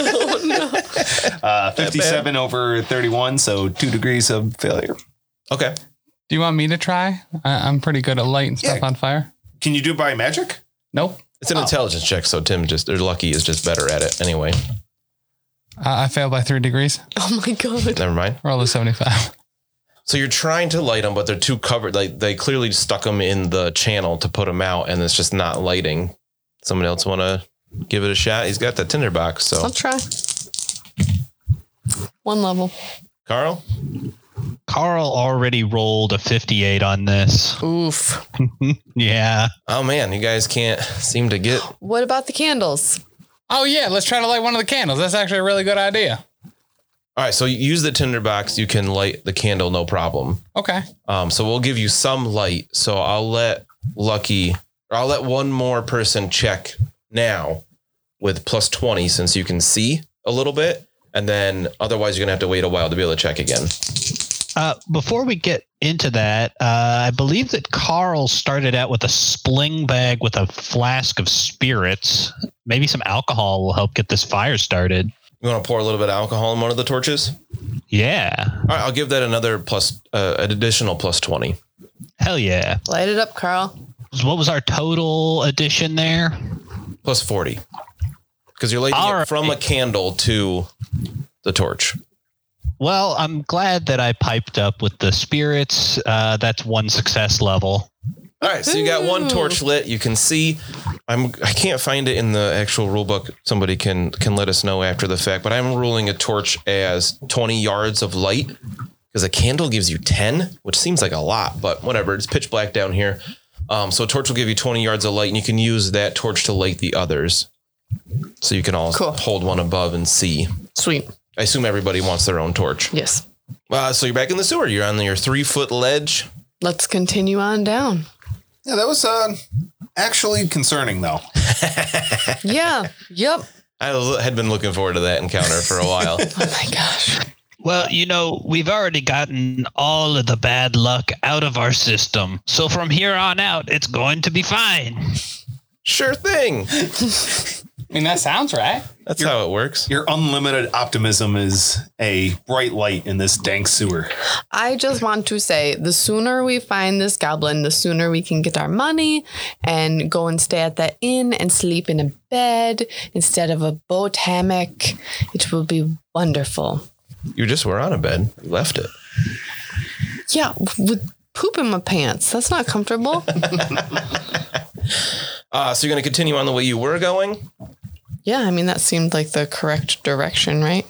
Speaker 3: Oh,
Speaker 5: uh, 57 over 31, so two degrees of failure.
Speaker 2: okay.
Speaker 1: Do you want me to try? I, I'm pretty good at lighting stuff
Speaker 5: Yeah.
Speaker 1: on fire.
Speaker 5: Can you do it by magic?
Speaker 1: Nope.
Speaker 2: It's an intelligence check, so Tim just or Lucky is just better at it anyway.
Speaker 1: I I failed by three degrees.
Speaker 3: Oh my god.
Speaker 2: Never mind.
Speaker 1: Roll a 75.
Speaker 2: So you're trying to light them, but they're too covered. Like they clearly stuck them in the channel to put them out, and it's just not lighting. Someone else want to give it a shot? He's got the tinder box. So
Speaker 3: I'll try. One level.
Speaker 2: Carl,
Speaker 4: Carl already rolled a 58 on this.
Speaker 3: Oof.
Speaker 4: Yeah.
Speaker 2: oh man, you guys can't seem to get.
Speaker 3: What about the candles?
Speaker 1: *laughs* Oh, yeah. Let's try to light one of the candles. That's actually a really good idea.
Speaker 2: All right, so you use the tinder box. You can light the candle, no problem.
Speaker 1: Okay.
Speaker 2: Um, so we'll give you some light. So I'll let Lucky, or I'll let one more person check now with plus twenty, since you can see a little bit, and then otherwise you're gonna have to wait a while to be able to check again.
Speaker 4: Uh, before we get into that, uh, I believe that Carl started out with a spling bag with a flask of spirits. Maybe some alcohol will help get this fire started.
Speaker 2: You want to pour a little bit of alcohol in one of the torches?
Speaker 4: Yeah.
Speaker 2: All right, I'll give that another plus, uh, an additional plus 20.
Speaker 4: Hell yeah.
Speaker 3: Light it up, Carl.
Speaker 4: What was our total addition there?
Speaker 2: plus 40 because you're lighting
Speaker 4: All
Speaker 2: it
Speaker 4: right.
Speaker 2: from a candle to the torch.
Speaker 4: Well, I'm glad that I piped up with the spirits. Uh, that's one success level.
Speaker 2: All right, so you got one
Speaker 3: Ooh.
Speaker 2: torch lit. You can see I'm I can't find it in the actual rule book. Somebody can can let us know after the fact, but I'm ruling a torch as 20 yards of light because a candle gives you 10, which seems like a lot, but whatever. It's pitch black down here. Um, so a torch will give you 20 yards of light and you can use that torch to light the others. So you can all
Speaker 3: Cool.
Speaker 2: hold one above and see.
Speaker 3: Sweet.
Speaker 2: I assume everybody wants their own torch.
Speaker 3: Yes.
Speaker 2: Uh, so you're back in the sewer. You're on your three foot ledge.
Speaker 3: Let's continue on down.
Speaker 5: Yeah, that was uh, actually concerning, though.
Speaker 3: Yeah. yep.
Speaker 2: I l- had been looking forward to that encounter for a while.
Speaker 3: Oh my gosh.
Speaker 4: Well, you know, we've already gotten all of the bad luck out of our system. So from here on out, it's going to be fine.
Speaker 2: sure thing.
Speaker 1: I mean, that sounds right.
Speaker 2: That's how it works.
Speaker 5: Your unlimited optimism is a bright light in this dank sewer.
Speaker 3: I just want to say the sooner we find this goblin, the sooner we can get our money and go and stay at the inn and sleep in a bed instead of a boat hammock. It will be wonderful.
Speaker 2: You just were on a bed. You left it.
Speaker 3: Yeah, with poop in my pants. That's not *laughs* comfortable.
Speaker 2: Uh, so you're going to continue on the way you were going.
Speaker 3: yeah, I mean, that seemed like the correct direction, right?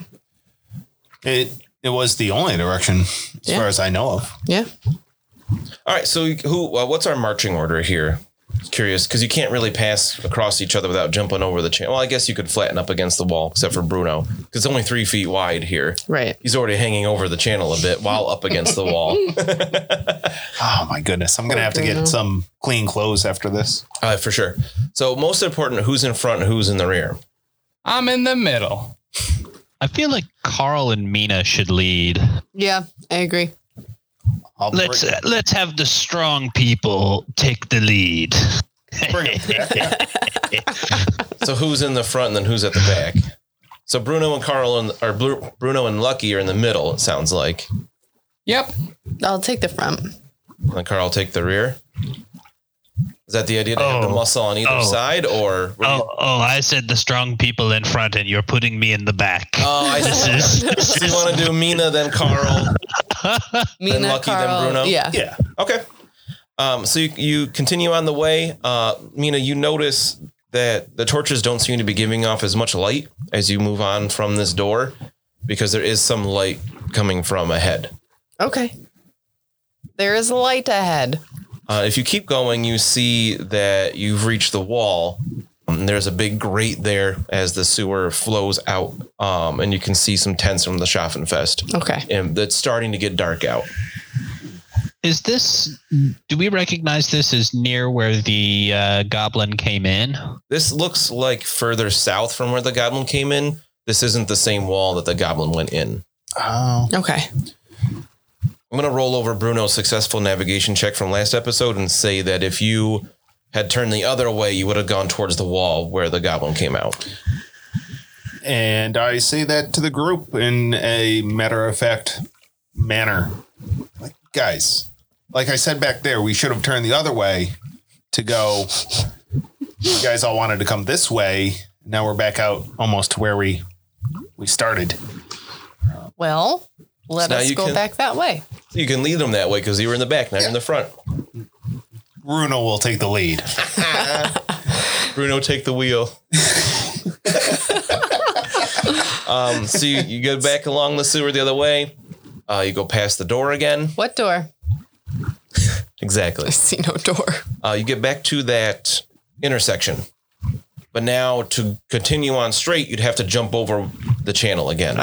Speaker 5: It it was the only direction, as
Speaker 3: Yeah.
Speaker 5: far as I know of.
Speaker 3: Yeah.
Speaker 2: All right. So who? Uh, what's our marching order here? Curious, because you can't really pass across each other without jumping over the chain. Well, I guess you could flatten up against the wall, except for Bruno, 'cause it's only three feet wide here.
Speaker 3: Right.
Speaker 2: He's already hanging over the channel a bit while up against the wall.
Speaker 5: Oh my goodness, I'm gonna have to
Speaker 3: Bruno.
Speaker 5: get some clean clothes after this.
Speaker 2: Uh, for sure. So most important, who's in front and who's in the rear?
Speaker 1: I'm in the middle.
Speaker 4: I feel like Carl and Mina should lead.
Speaker 3: Yeah, I agree.
Speaker 5: I'll
Speaker 4: Let's
Speaker 5: bring,
Speaker 4: uh, let's have the strong people take the lead.
Speaker 5: bring
Speaker 4: *laughs*
Speaker 5: it back.
Speaker 2: So who's in the front and then who's at the back? So Bruno and Carl and or Bru- Bruno and Lucky are in the middle. It sounds like.
Speaker 1: Yep.
Speaker 3: I'll take the front.
Speaker 2: And Carl take the rear. Is that the idea to have the
Speaker 4: Oh.
Speaker 2: muscle on either
Speaker 4: Oh.
Speaker 2: side, or were you-
Speaker 4: Oh, oh! I said the strong people in front, and you're putting me in the back.
Speaker 2: Oh, I
Speaker 4: *laughs* This
Speaker 2: see.
Speaker 5: *laughs*
Speaker 4: is-
Speaker 2: So you want to do Mina then Carl?
Speaker 3: Mina,
Speaker 2: Lucky, then
Speaker 3: Carl.
Speaker 2: Bruno?
Speaker 3: Yeah.
Speaker 5: Yeah.
Speaker 2: Okay. Um, so you, you continue on the way. Uh, Mina, you notice that the torches don't seem to be giving off as much light as you move on from this door, because there is some light coming from ahead.
Speaker 3: Okay. There is light ahead.
Speaker 2: Uh, if you keep going, you see that you've reached the wall. Um, There's a big grate there as the sewer flows out, um, and you can see some tents from the Schaffenfest.
Speaker 3: Okay.
Speaker 2: And it's starting to get dark out.
Speaker 4: Is this? Do we recognize this as near where the uh, goblin came in?
Speaker 2: This looks like further south from where the goblin came in. This isn't the same wall that the goblin went in.
Speaker 5: Oh,
Speaker 3: Okay.
Speaker 2: I'm going to roll over Bruno's successful navigation check from last episode and say that if you had turned the other way, you would have gone towards the wall where the goblin came out.
Speaker 5: and I say that to the group in a matter of fact manner. Like, guys, like I said back there, we should have turned the other way to go. You guys all wanted to come this way. Now we're back out almost to where we we started.
Speaker 3: Well, let
Speaker 2: So now
Speaker 3: us
Speaker 2: you
Speaker 3: go
Speaker 2: can-
Speaker 3: back that way.
Speaker 2: You can lead them that way because you were in the back, now you're in the front.
Speaker 5: Bruno will take the lead.
Speaker 2: Bruno, take the wheel. um, so you, you go back along the sewer the other way. Uh, you go past the door again.
Speaker 3: What door?
Speaker 2: Exactly.
Speaker 3: I *laughs* see no door.
Speaker 2: Uh, you get back to that intersection. But now to continue on straight, you'd have to jump over the channel again.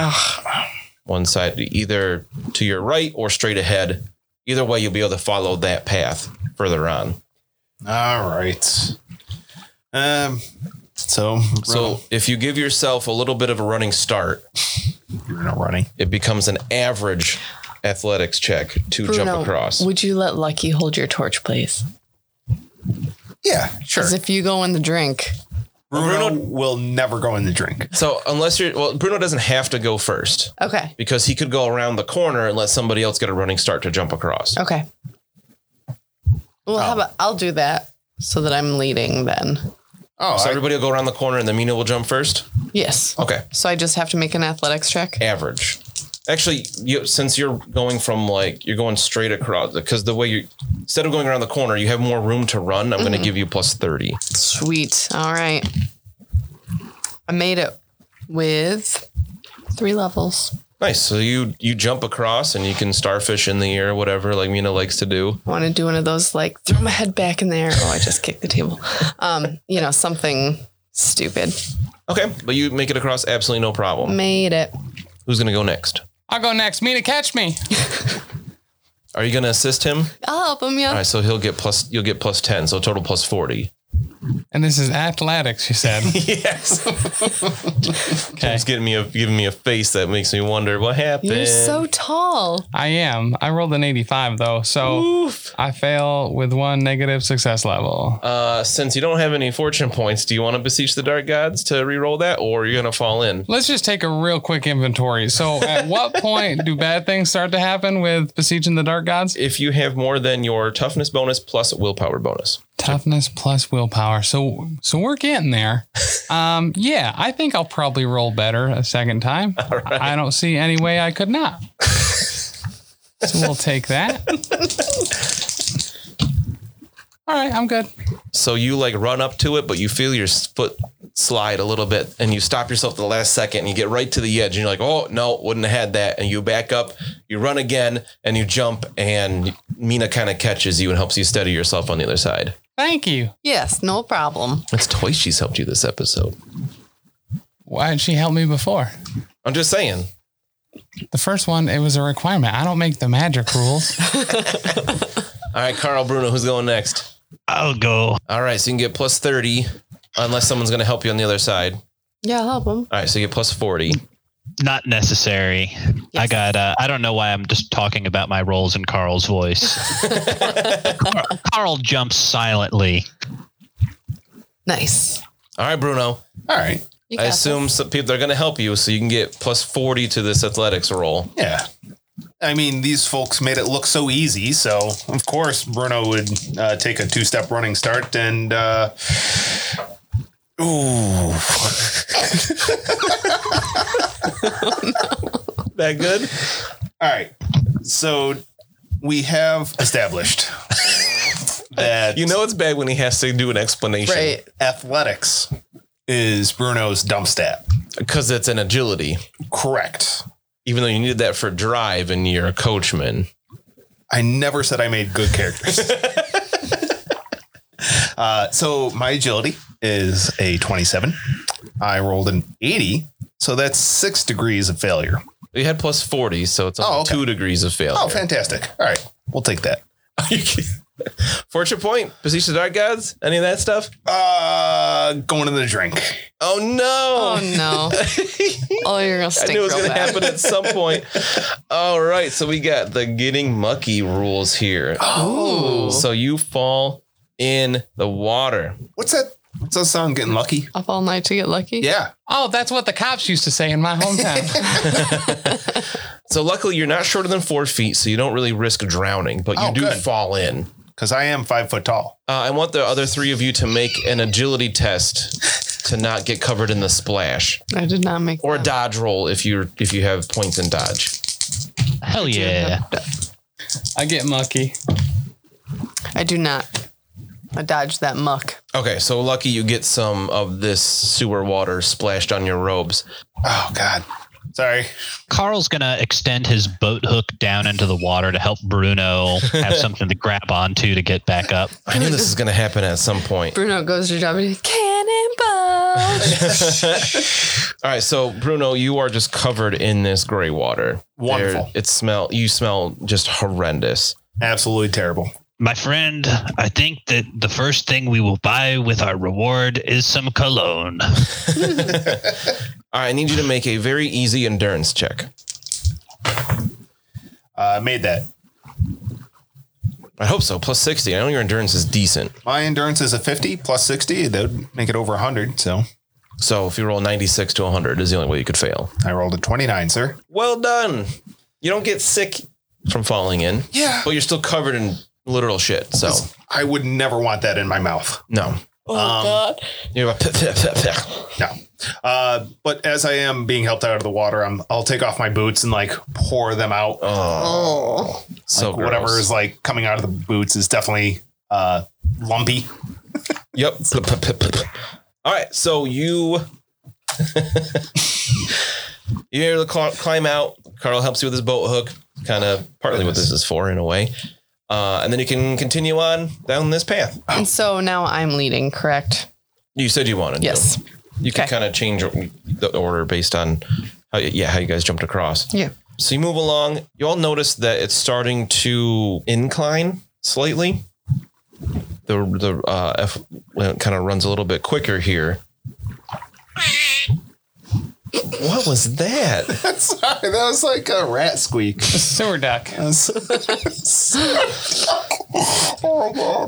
Speaker 2: One side, either to your right or straight ahead. Either way, you'll be able to follow that path further on.
Speaker 5: All right. Um. So,
Speaker 2: So if you give yourself a little bit of a running start,
Speaker 5: you're not running.
Speaker 2: it becomes an average athletics check to jump across.
Speaker 3: would you let Lucky hold your torch, please?
Speaker 5: Yeah, sure.
Speaker 3: Because if you go in the drink,
Speaker 5: Bruno,
Speaker 2: Bruno-
Speaker 5: will never go in the drink.
Speaker 2: So unless you're well, Bruno doesn't have to go first
Speaker 3: Okay.
Speaker 2: because he could go around the corner and let somebody else get a running start to jump across.
Speaker 3: Okay. Well, how about I'll do that so that I'm leading then.
Speaker 5: Oh,
Speaker 2: So
Speaker 5: I-
Speaker 2: everybody will go around the corner and then Mina will jump first.
Speaker 3: Yes.
Speaker 2: Okay,
Speaker 3: So I just have to make an athletics check.
Speaker 2: average. Actually, you, since you're going from like you're going straight across because the way you instead of going around the corner, you have more room to run. I'm
Speaker 5: Mm-hmm.
Speaker 2: going to give you plus thirty.
Speaker 3: Sweet. All right. I made it with three levels.
Speaker 2: Nice. So you you jump across and you can starfish in the air, whatever like Mina likes to do.
Speaker 3: I want to do one of those like throw my head back in there. Oh, I just kicked the table. Um, you know, something stupid.
Speaker 2: Okay, but you make it across absolutely no problem.
Speaker 3: Made it.
Speaker 2: Who's going to go next?
Speaker 1: I'll go next. Mina, catch me.
Speaker 2: Are you going to assist him?
Speaker 3: I'll help him. Yeah.
Speaker 2: All right, so he'll get plus. You'll get plus ten, so total plus forty.
Speaker 1: And this is athletics, you said.
Speaker 2: Yes.
Speaker 1: Okay.
Speaker 2: It's giving me a giving me a face that makes me wonder what happened.
Speaker 3: You're so tall.
Speaker 1: I am. I rolled an 85 though, so I fail with one negative success level.
Speaker 2: uh, since you don't have any fortune points, do you want to beseech the dark gods to re-roll that, or are you gonna fall in?
Speaker 1: Let's just take a real quick inventory. So, at what point do bad things start to happen with besieging the dark gods?
Speaker 2: If you have more than your toughness bonus plus willpower bonus,
Speaker 1: Toughness plus willpower. So, so we're getting there. Um, yeah, I think I'll probably roll better a second time. I don't see any way I could not. so we'll take that. All right, I'm good.
Speaker 2: so you like run up to it, but you feel your s- foot slide a little bit, and you stop yourself at the last second, and you get right to the edge, and you're like, "Oh no, wouldn't have had that," and you back up, you run again, and you jump, and Mina kind of catches you and helps you steady yourself on the other side.
Speaker 1: Thank you.
Speaker 3: Yes, no problem.
Speaker 2: That's twice she's helped you this episode.
Speaker 1: Why did she help me before?
Speaker 2: I'm just saying.
Speaker 1: The first one, it was a requirement. I don't make the magic rules.
Speaker 2: All right, Carl Bruno, who's going next?
Speaker 4: I'll go.
Speaker 2: All right, so you can get plus 30 unless someone's going to help you on the other side. All
Speaker 3: Yeah, I'll help him.
Speaker 2: right, so you get plus 40.
Speaker 4: Not necessary. I got. Uh, I don't know why I'm just talking about my roles in
Speaker 5: *laughs*
Speaker 4: Carl's voice. Carl, Carl jumps silently.
Speaker 3: Nice.
Speaker 2: All right, Bruno.
Speaker 5: all right.
Speaker 3: You
Speaker 2: I
Speaker 3: got
Speaker 2: assume some people they're going to help you so you can get plus 40 to this athletics roll.
Speaker 5: Yeah. I mean, these folks made it look so easy. So, of course, Bruno would uh, take a two step running start and. Uh, ooh.
Speaker 2: That good?
Speaker 5: All right. So, we have
Speaker 2: *laughs*
Speaker 5: established that
Speaker 2: You know it's bad when he has to do an explanation
Speaker 3: this. Right.
Speaker 5: athletics is Bruno's dump stat.
Speaker 2: because it's an agility.
Speaker 5: Correct.
Speaker 2: Even though you needed that for drive and you're a coachman.
Speaker 5: I never said I made good characters. uh, so my agility is a 27. I rolled an 80. So that's six degrees of failure.
Speaker 2: You had plus 40, so it's only
Speaker 5: Oh, okay.
Speaker 2: 2 degrees of failure. *laughs*
Speaker 5: Oh, fantastic. All right. We'll take that.
Speaker 2: Fortune point, position of dark gods, any of that stuff?
Speaker 5: Uh, going to the drink.
Speaker 2: Oh
Speaker 3: Oh
Speaker 2: no. *laughs*
Speaker 3: no. oh, you're gonna
Speaker 2: I
Speaker 3: stink
Speaker 2: knew it was
Speaker 3: real
Speaker 2: going to
Speaker 3: bad.
Speaker 2: happen at
Speaker 5: *laughs*
Speaker 2: some point. All right, so we got the getting mucky rules here.
Speaker 5: Oh.
Speaker 3: Ooh.
Speaker 2: So you fall in the water.
Speaker 5: What's that? What's that song? Getting lucky?
Speaker 3: Up all night to get lucky.
Speaker 5: Yeah.
Speaker 1: *laughs* oh, that's what the cops used to say in my hometown.
Speaker 2: So luckily, you're not shorter than four feet, so you don't really risk drowning, but you
Speaker 5: Oh,
Speaker 2: do
Speaker 5: good.
Speaker 2: fall in.
Speaker 5: Because I am five foot tall.
Speaker 2: Uh, I want the other three of you to make an agility test to not get covered in the splash,
Speaker 3: I did not make.
Speaker 2: or a
Speaker 3: that.
Speaker 2: dodge roll if you are if you have points in dodge.
Speaker 4: Hell yeah!
Speaker 1: *laughs* I get mucky.
Speaker 3: I do not. I dodged that muck.
Speaker 2: Okay, so lucky you get some of this sewer water splashed on your robes.
Speaker 5: Oh, God. Sorry.
Speaker 4: Carl's gonna extend his boat hook down into the water to help Bruno have something to grab onto to get back up.
Speaker 2: I knew this was going to happen at some point.
Speaker 3: Bruno goes to job and
Speaker 2: *laughs*
Speaker 3: he's cannonball.
Speaker 2: All right, so Bruno, you are just covered in this gray water.
Speaker 5: Wonderful.
Speaker 2: There- it smell. You smell just horrendous.
Speaker 5: Absolutely terrible.
Speaker 4: My friend, I think that the first thing we will buy with our reward is some cologne.
Speaker 2: All right, I need you to make a very easy endurance check.
Speaker 5: Uh, made that.
Speaker 2: I hope so. Plus 60. I know your endurance is decent.
Speaker 5: My endurance is a 50 plus 60. That would make it over 100. So
Speaker 2: So if you roll 96 to 100 is the only way you could fail.
Speaker 5: I rolled a 29, sir.
Speaker 2: Well done. You don't get sick from falling in.
Speaker 5: Yeah.
Speaker 2: But you're still covered in literal shit. So
Speaker 5: I would never want that in my mouth.
Speaker 2: no.
Speaker 3: Oh God!
Speaker 2: You have a
Speaker 5: No. Uh, but as I am being helped out of the water, I'm, I'll take off my boots and like pour them out.
Speaker 3: Oh,
Speaker 2: so
Speaker 5: Like, whatever
Speaker 2: gross.
Speaker 5: is like coming out of the boots is definitely uh, lumpy.
Speaker 2: Yep. All right. So you *laughs* you're able to cl- climb out. Carl helps you with his boat hook, kind of partly what this is for in a way. Uh, and then you can continue on down this path.
Speaker 3: and so now I'm leading, correct?
Speaker 2: You said you wanted. to.
Speaker 3: Yes.
Speaker 2: You can
Speaker 3: Okay.
Speaker 2: kind of change the order based on how yeah how you guys jumped across.
Speaker 3: Yeah.
Speaker 2: So you move along. You all notice that it's starting to incline slightly. The the uh, F kind of runs a little bit quicker here. What was that?
Speaker 5: Sorry, *laughs* that was like a rat squeak.
Speaker 1: Sewer duck.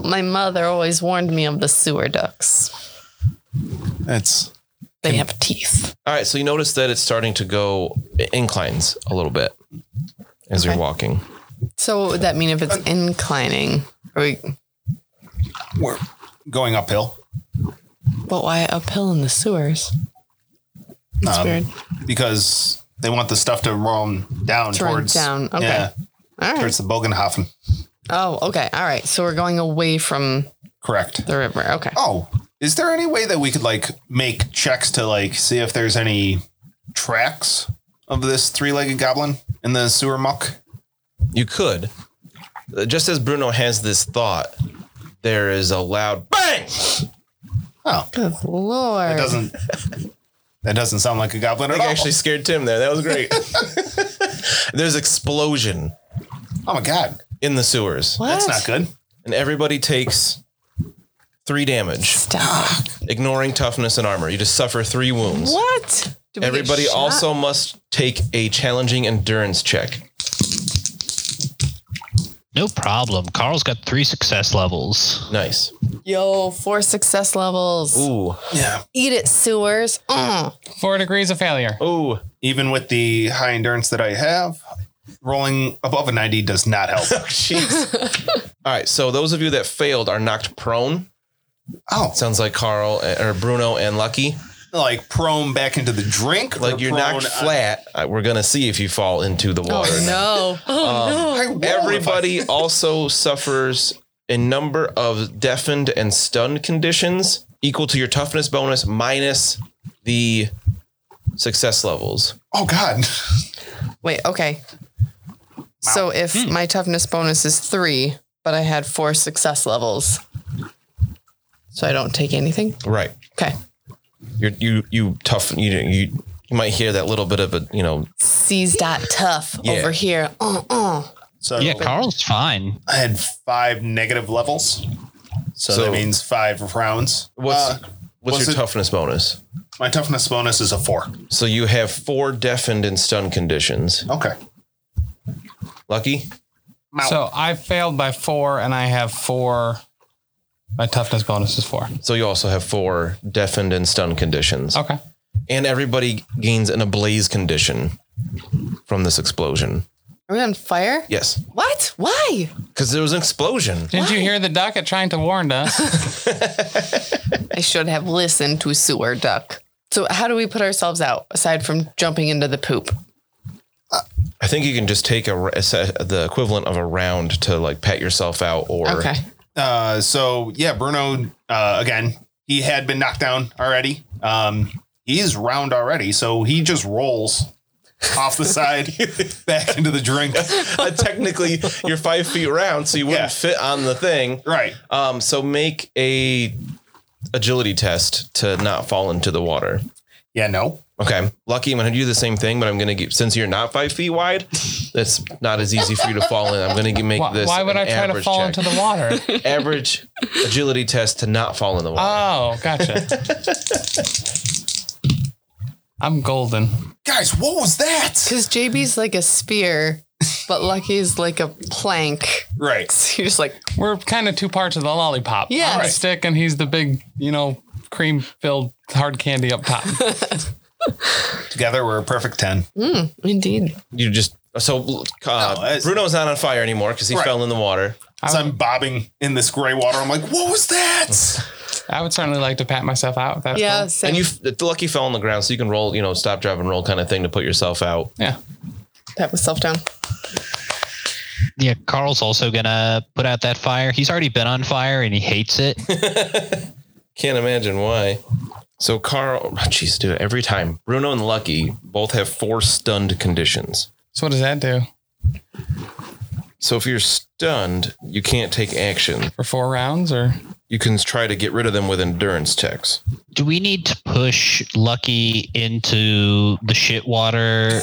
Speaker 3: My mother always warned me of the sewer ducks.
Speaker 5: That's
Speaker 3: They have teeth.
Speaker 2: All right, so you notice that it's starting to go it inclines a little bit as you're
Speaker 3: Okay.
Speaker 2: walking.
Speaker 3: So what would that mean if
Speaker 2: Uh,
Speaker 3: it's inclining? Are we?
Speaker 5: we're going uphill
Speaker 3: But why uphill in the sewers? That's
Speaker 5: Um,
Speaker 3: weird.
Speaker 5: because they want the stuff to run down
Speaker 3: To run
Speaker 5: towards
Speaker 3: down, okay.
Speaker 5: yeah,
Speaker 3: All right.
Speaker 5: towards the Bogenhofen.
Speaker 3: Oh, okay. All right. So we're going away from
Speaker 5: Correct.
Speaker 3: the river. Okay.
Speaker 5: Oh, is there any way that we could like make checks to like see if there's any tracks of this three-legged goblin in the sewer muck?
Speaker 2: You could. Uh, Just as Bruno has this thought, there is a loud bang.
Speaker 5: Oh,
Speaker 3: Good lord.
Speaker 5: that doesn't that doesn't sound like a goblin
Speaker 2: I
Speaker 5: at
Speaker 2: think
Speaker 5: all.
Speaker 2: I actually scared Tim there. That was great. There's explosion
Speaker 5: oh my god,
Speaker 2: in the sewers,
Speaker 3: What?
Speaker 5: that's not good.
Speaker 2: and everybody takes three damage,
Speaker 3: Stop.
Speaker 2: ignoring toughness and armor. You just suffer three wounds.
Speaker 3: *gasps* What? Do we get
Speaker 2: Everybody
Speaker 3: shot?
Speaker 2: also must take a challenging endurance check.
Speaker 4: No problem. Carl's got three success levels.
Speaker 2: Nice.
Speaker 3: Yo, four success levels.
Speaker 2: Ooh.
Speaker 5: Yeah,
Speaker 3: Eat it, sewers.
Speaker 2: *laughs*
Speaker 3: Mm.
Speaker 1: Four degrees of failure.
Speaker 2: Ooh.
Speaker 5: even with the high endurance that I have, rolling above a ninety does
Speaker 2: *laughs*
Speaker 5: not help.
Speaker 3: *laughs*
Speaker 2: Jeez. All right. So those of you that failed are knocked prone.
Speaker 5: oh,
Speaker 2: Sounds like Carl uh, or Bruno and Lucky.
Speaker 5: like prone back into the drink.
Speaker 2: Like
Speaker 5: or
Speaker 2: you're
Speaker 5: prone
Speaker 2: knocked
Speaker 5: on-
Speaker 2: flat. Uh, We're gonna see if you fall into the water.
Speaker 3: Oh,
Speaker 2: *laughs*
Speaker 3: no. Oh,
Speaker 5: *gasps*
Speaker 2: Uh,
Speaker 5: I roll if I-
Speaker 2: Everybody
Speaker 5: *laughs*
Speaker 2: also suffers a number of deafened and stunned conditions equal to your toughness bonus minus the success levels.
Speaker 5: Oh god.
Speaker 3: Wait, okay. So if
Speaker 2: Hmm.
Speaker 3: my toughness bonus is three, but I had four success levels, so I don't take anything?
Speaker 2: Right.
Speaker 3: Okay.
Speaker 2: You're, you you tough you you you might hear that little bit of a you know
Speaker 3: C's dot tough
Speaker 2: Yeah.
Speaker 3: over here. Uh, uh.
Speaker 5: So
Speaker 4: Yeah, Carl's fine.
Speaker 5: I had five negative levels. So,
Speaker 2: So-
Speaker 5: that means five rounds.
Speaker 2: what's
Speaker 5: Uh,
Speaker 2: what's
Speaker 5: was
Speaker 2: your
Speaker 5: it-
Speaker 2: toughness bonus.
Speaker 5: my toughness bonus is a four.
Speaker 2: So you have four deafened and stunned conditions.
Speaker 5: Okay.
Speaker 2: Lucky.
Speaker 1: So I failed by four, and I have four. My toughness bonus is four.
Speaker 2: So you also have four deafened and stunned conditions.
Speaker 1: Okay.
Speaker 2: And everybody gains an ablaze condition from this explosion.
Speaker 3: Are we on fire?
Speaker 2: Yes.
Speaker 3: What? Why?
Speaker 2: Because there was an explosion.
Speaker 1: Did you hear the duck at trying to warn
Speaker 2: *laughs*
Speaker 1: us?
Speaker 3: I should have listened to sewer duck. So how do we put ourselves out aside from jumping into the poop?
Speaker 2: I think you can just take a, r- a se- the equivalent of a round to like pat yourself out or
Speaker 3: Okay.
Speaker 5: Uh, so yeah, Bruno uh, again. He had been knocked down already. Um, he's round already, so he just rolls off
Speaker 2: *laughs*
Speaker 5: the side back into the drink.
Speaker 2: *laughs* Uh, technically you're five feet round, so you wouldn't
Speaker 5: Yeah.
Speaker 2: fit on the thing.
Speaker 5: Right.
Speaker 2: Um, so make a agility test to not fall into the water.
Speaker 5: Yeah. No.
Speaker 2: Okay, lucky I'm gonna do the same thing, but I'm gonna give since you're not five feet wide, that's not as easy for you to fall in. I'm gonna gi- make
Speaker 1: Why,
Speaker 2: this.
Speaker 1: why would
Speaker 2: an
Speaker 1: I try to
Speaker 2: average
Speaker 1: fall
Speaker 2: check.
Speaker 1: into the water?
Speaker 2: *laughs* average agility test to not fall in the water?
Speaker 1: Oh, gotcha. I'm golden.
Speaker 5: Guys, what was that?
Speaker 3: Because JB's like a spear But Lucky's like a plank. *laughs*
Speaker 5: Right.
Speaker 3: You're just like,
Speaker 1: We're kind of two parts of the lollipop.
Speaker 3: Yes.
Speaker 1: I'm the stick, and he's the big, you know, cream filled hard candy up top.
Speaker 5: Together we're a perfect 10.
Speaker 3: indeed.
Speaker 2: You just so
Speaker 5: No,
Speaker 2: uh,
Speaker 5: it's-
Speaker 2: Bruno's not on fire anymore because he
Speaker 5: Right.
Speaker 2: fell in the water.
Speaker 5: As I'm bobbing in this gray water, I'm like, what
Speaker 2: *laughs*
Speaker 5: was that?
Speaker 1: I would certainly like to pat myself out. if That's
Speaker 3: yeah.
Speaker 1: cool.
Speaker 3: Same.
Speaker 2: Uh-huh. And you the lucky fell on the ground, so you can roll, you know, stop, drive, and roll kind of thing to put yourself out.
Speaker 1: Yeah.
Speaker 3: pat myself down.
Speaker 4: Yeah, Carl's also gonna put out that fire. He's already been on fire and he hates it.
Speaker 2: Can't imagine why. So Carl, *laughs* oh, jeez, dude, every time Bruno and Lucky both have four stunned conditions.
Speaker 1: So what does that do
Speaker 2: So if you're stunned, you can't take action.
Speaker 1: for four rounds? Or
Speaker 2: You can try to get rid of them with endurance checks.
Speaker 4: Do we need to push Lucky into the shit water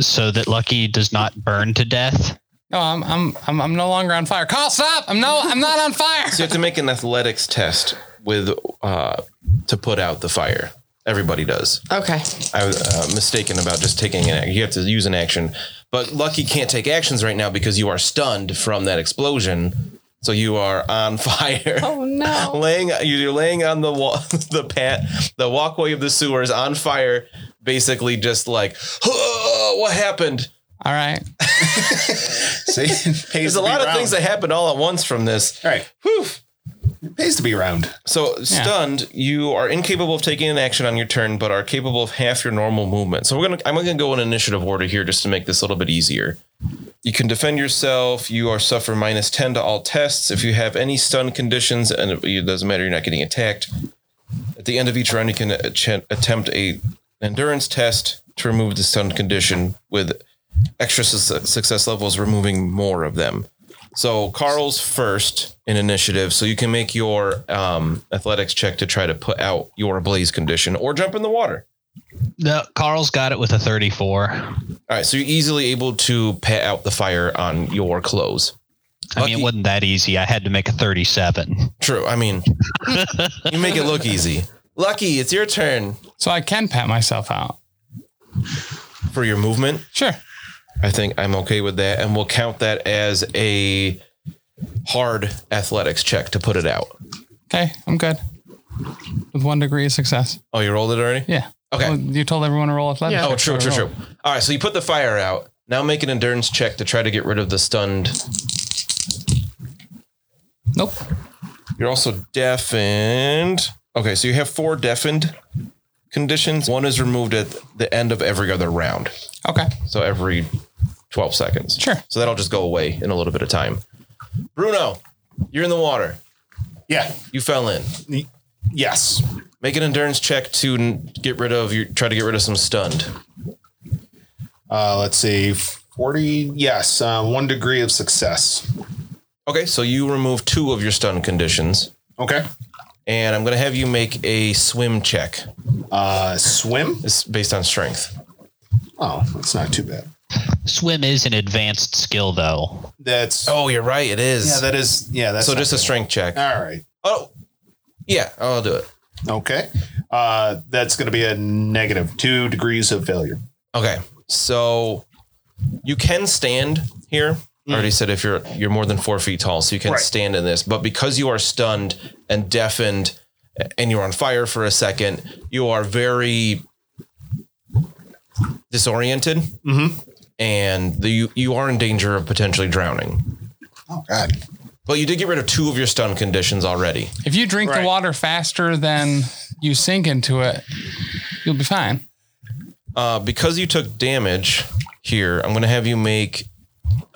Speaker 4: so that Lucky does not burn to death?
Speaker 1: no, I'm I'm I'm, I'm no longer on fire. Carl, stop! I'm no I'm not on fire. *laughs*
Speaker 2: So you have to make an athletics test with uh, to put out the fire. Everybody does.
Speaker 3: Okay.
Speaker 2: I was uh, mistaken about just taking an action. You have to use an action, but Lucky can't take actions right now because you are stunned from that explosion. So you are on *laughs* fire.
Speaker 3: Oh, no.
Speaker 2: laying you're laying on the wall, *laughs* the pat, the walkway of the sewers on fire. Basically, just like, "Oh, what happened?
Speaker 1: All right.
Speaker 5: See, it pays
Speaker 2: There's a
Speaker 5: to be
Speaker 2: lot of
Speaker 5: round.
Speaker 2: things that happen all at once from this.
Speaker 5: All right. It pays to be round.
Speaker 2: So stunned, you are incapable of taking an action on your turn, but are capable of half your normal movement. So we're gonna I'm gonna go in initiative order here just to make this a little bit easier. You can defend yourself. You are suffer minus ten to all tests if you have any stun conditions, and it- it doesn't matter. You're not getting attacked. At the end of each round, you can ache- attempt a endurance test to remove the stun condition with extra su- success levels, removing more of them. So Carl's first in initiative, so you can make your um, athletics check to try to put out your blaze condition or jump in the water.
Speaker 4: No, Carl's got it with a 34. I
Speaker 2: All right, so you're easily able to pat out the fire on your clothes.
Speaker 4: mean,
Speaker 2: Lucky-
Speaker 4: it wasn't that easy. I had to make a 37.
Speaker 2: True.
Speaker 1: *laughs*
Speaker 2: I mean, you make it look easy. Lucky, it's your turn
Speaker 1: So I can pat myself out.
Speaker 2: for your movement.
Speaker 1: Sure.
Speaker 2: I think I'm okay with that, and we'll count that as a hard athletics check to put it out.
Speaker 1: Okay. I'm good. With one degree of success.
Speaker 2: Oh, you rolled it already?
Speaker 1: Yeah.
Speaker 2: Okay.
Speaker 1: Well, you told everyone to roll athletics.
Speaker 3: Yeah.
Speaker 2: Oh,
Speaker 1: checks,
Speaker 2: true,
Speaker 1: so
Speaker 2: true,
Speaker 1: I
Speaker 2: true.
Speaker 1: rolled.
Speaker 2: All right, so you put the fire out. Now make an endurance check to try to get rid of the stunned.
Speaker 1: Nope.
Speaker 2: You're also deafened. Okay, so you have four deafened conditions. One is removed at the end of every other round,
Speaker 1: Okay.
Speaker 2: so every 12 seconds.
Speaker 1: Sure.
Speaker 2: So that'll just go away in a little bit of time. Bruno, you're in the water.
Speaker 5: Yeah.
Speaker 2: You fell in.
Speaker 5: Yes.
Speaker 2: Make an endurance check to n- get rid of your try to get rid of some stunned.
Speaker 5: Uh, let's see. 40. Yes. Uh, one degree of success.
Speaker 2: Okay, so you remove two of your stun conditions,
Speaker 5: Okay.
Speaker 2: and I'm gonna have you make a swim check.
Speaker 5: Uh, swim.
Speaker 2: It's based on strength.
Speaker 5: Oh, that's not too bad.
Speaker 4: Swim is an advanced skill, though.
Speaker 5: That's.
Speaker 2: Oh, you're right. It is.
Speaker 5: Yeah, that is. Yeah, that's.
Speaker 2: so
Speaker 5: not
Speaker 2: just a
Speaker 5: bad.
Speaker 2: strength check.
Speaker 5: All right.
Speaker 2: Oh, yeah, oh, I'll do it.
Speaker 5: Okay. Uh, that's going to be a negative two degrees of failure.
Speaker 2: Okay, so you can stand here. I already said if you're you're more than four feet tall, so you can
Speaker 5: Right.
Speaker 2: stand in this. But because you are stunned and deafened, and you're on fire for a second, you are very disoriented,
Speaker 5: Mm-hmm.
Speaker 2: and the, you you are in danger of potentially drowning.
Speaker 5: Oh God.
Speaker 2: But you did get rid of two of your stun conditions already.
Speaker 1: If you drink
Speaker 5: Right.
Speaker 1: the water faster than you sink into it, you'll be fine.
Speaker 2: Uh, because you took damage here, I'm going to have you make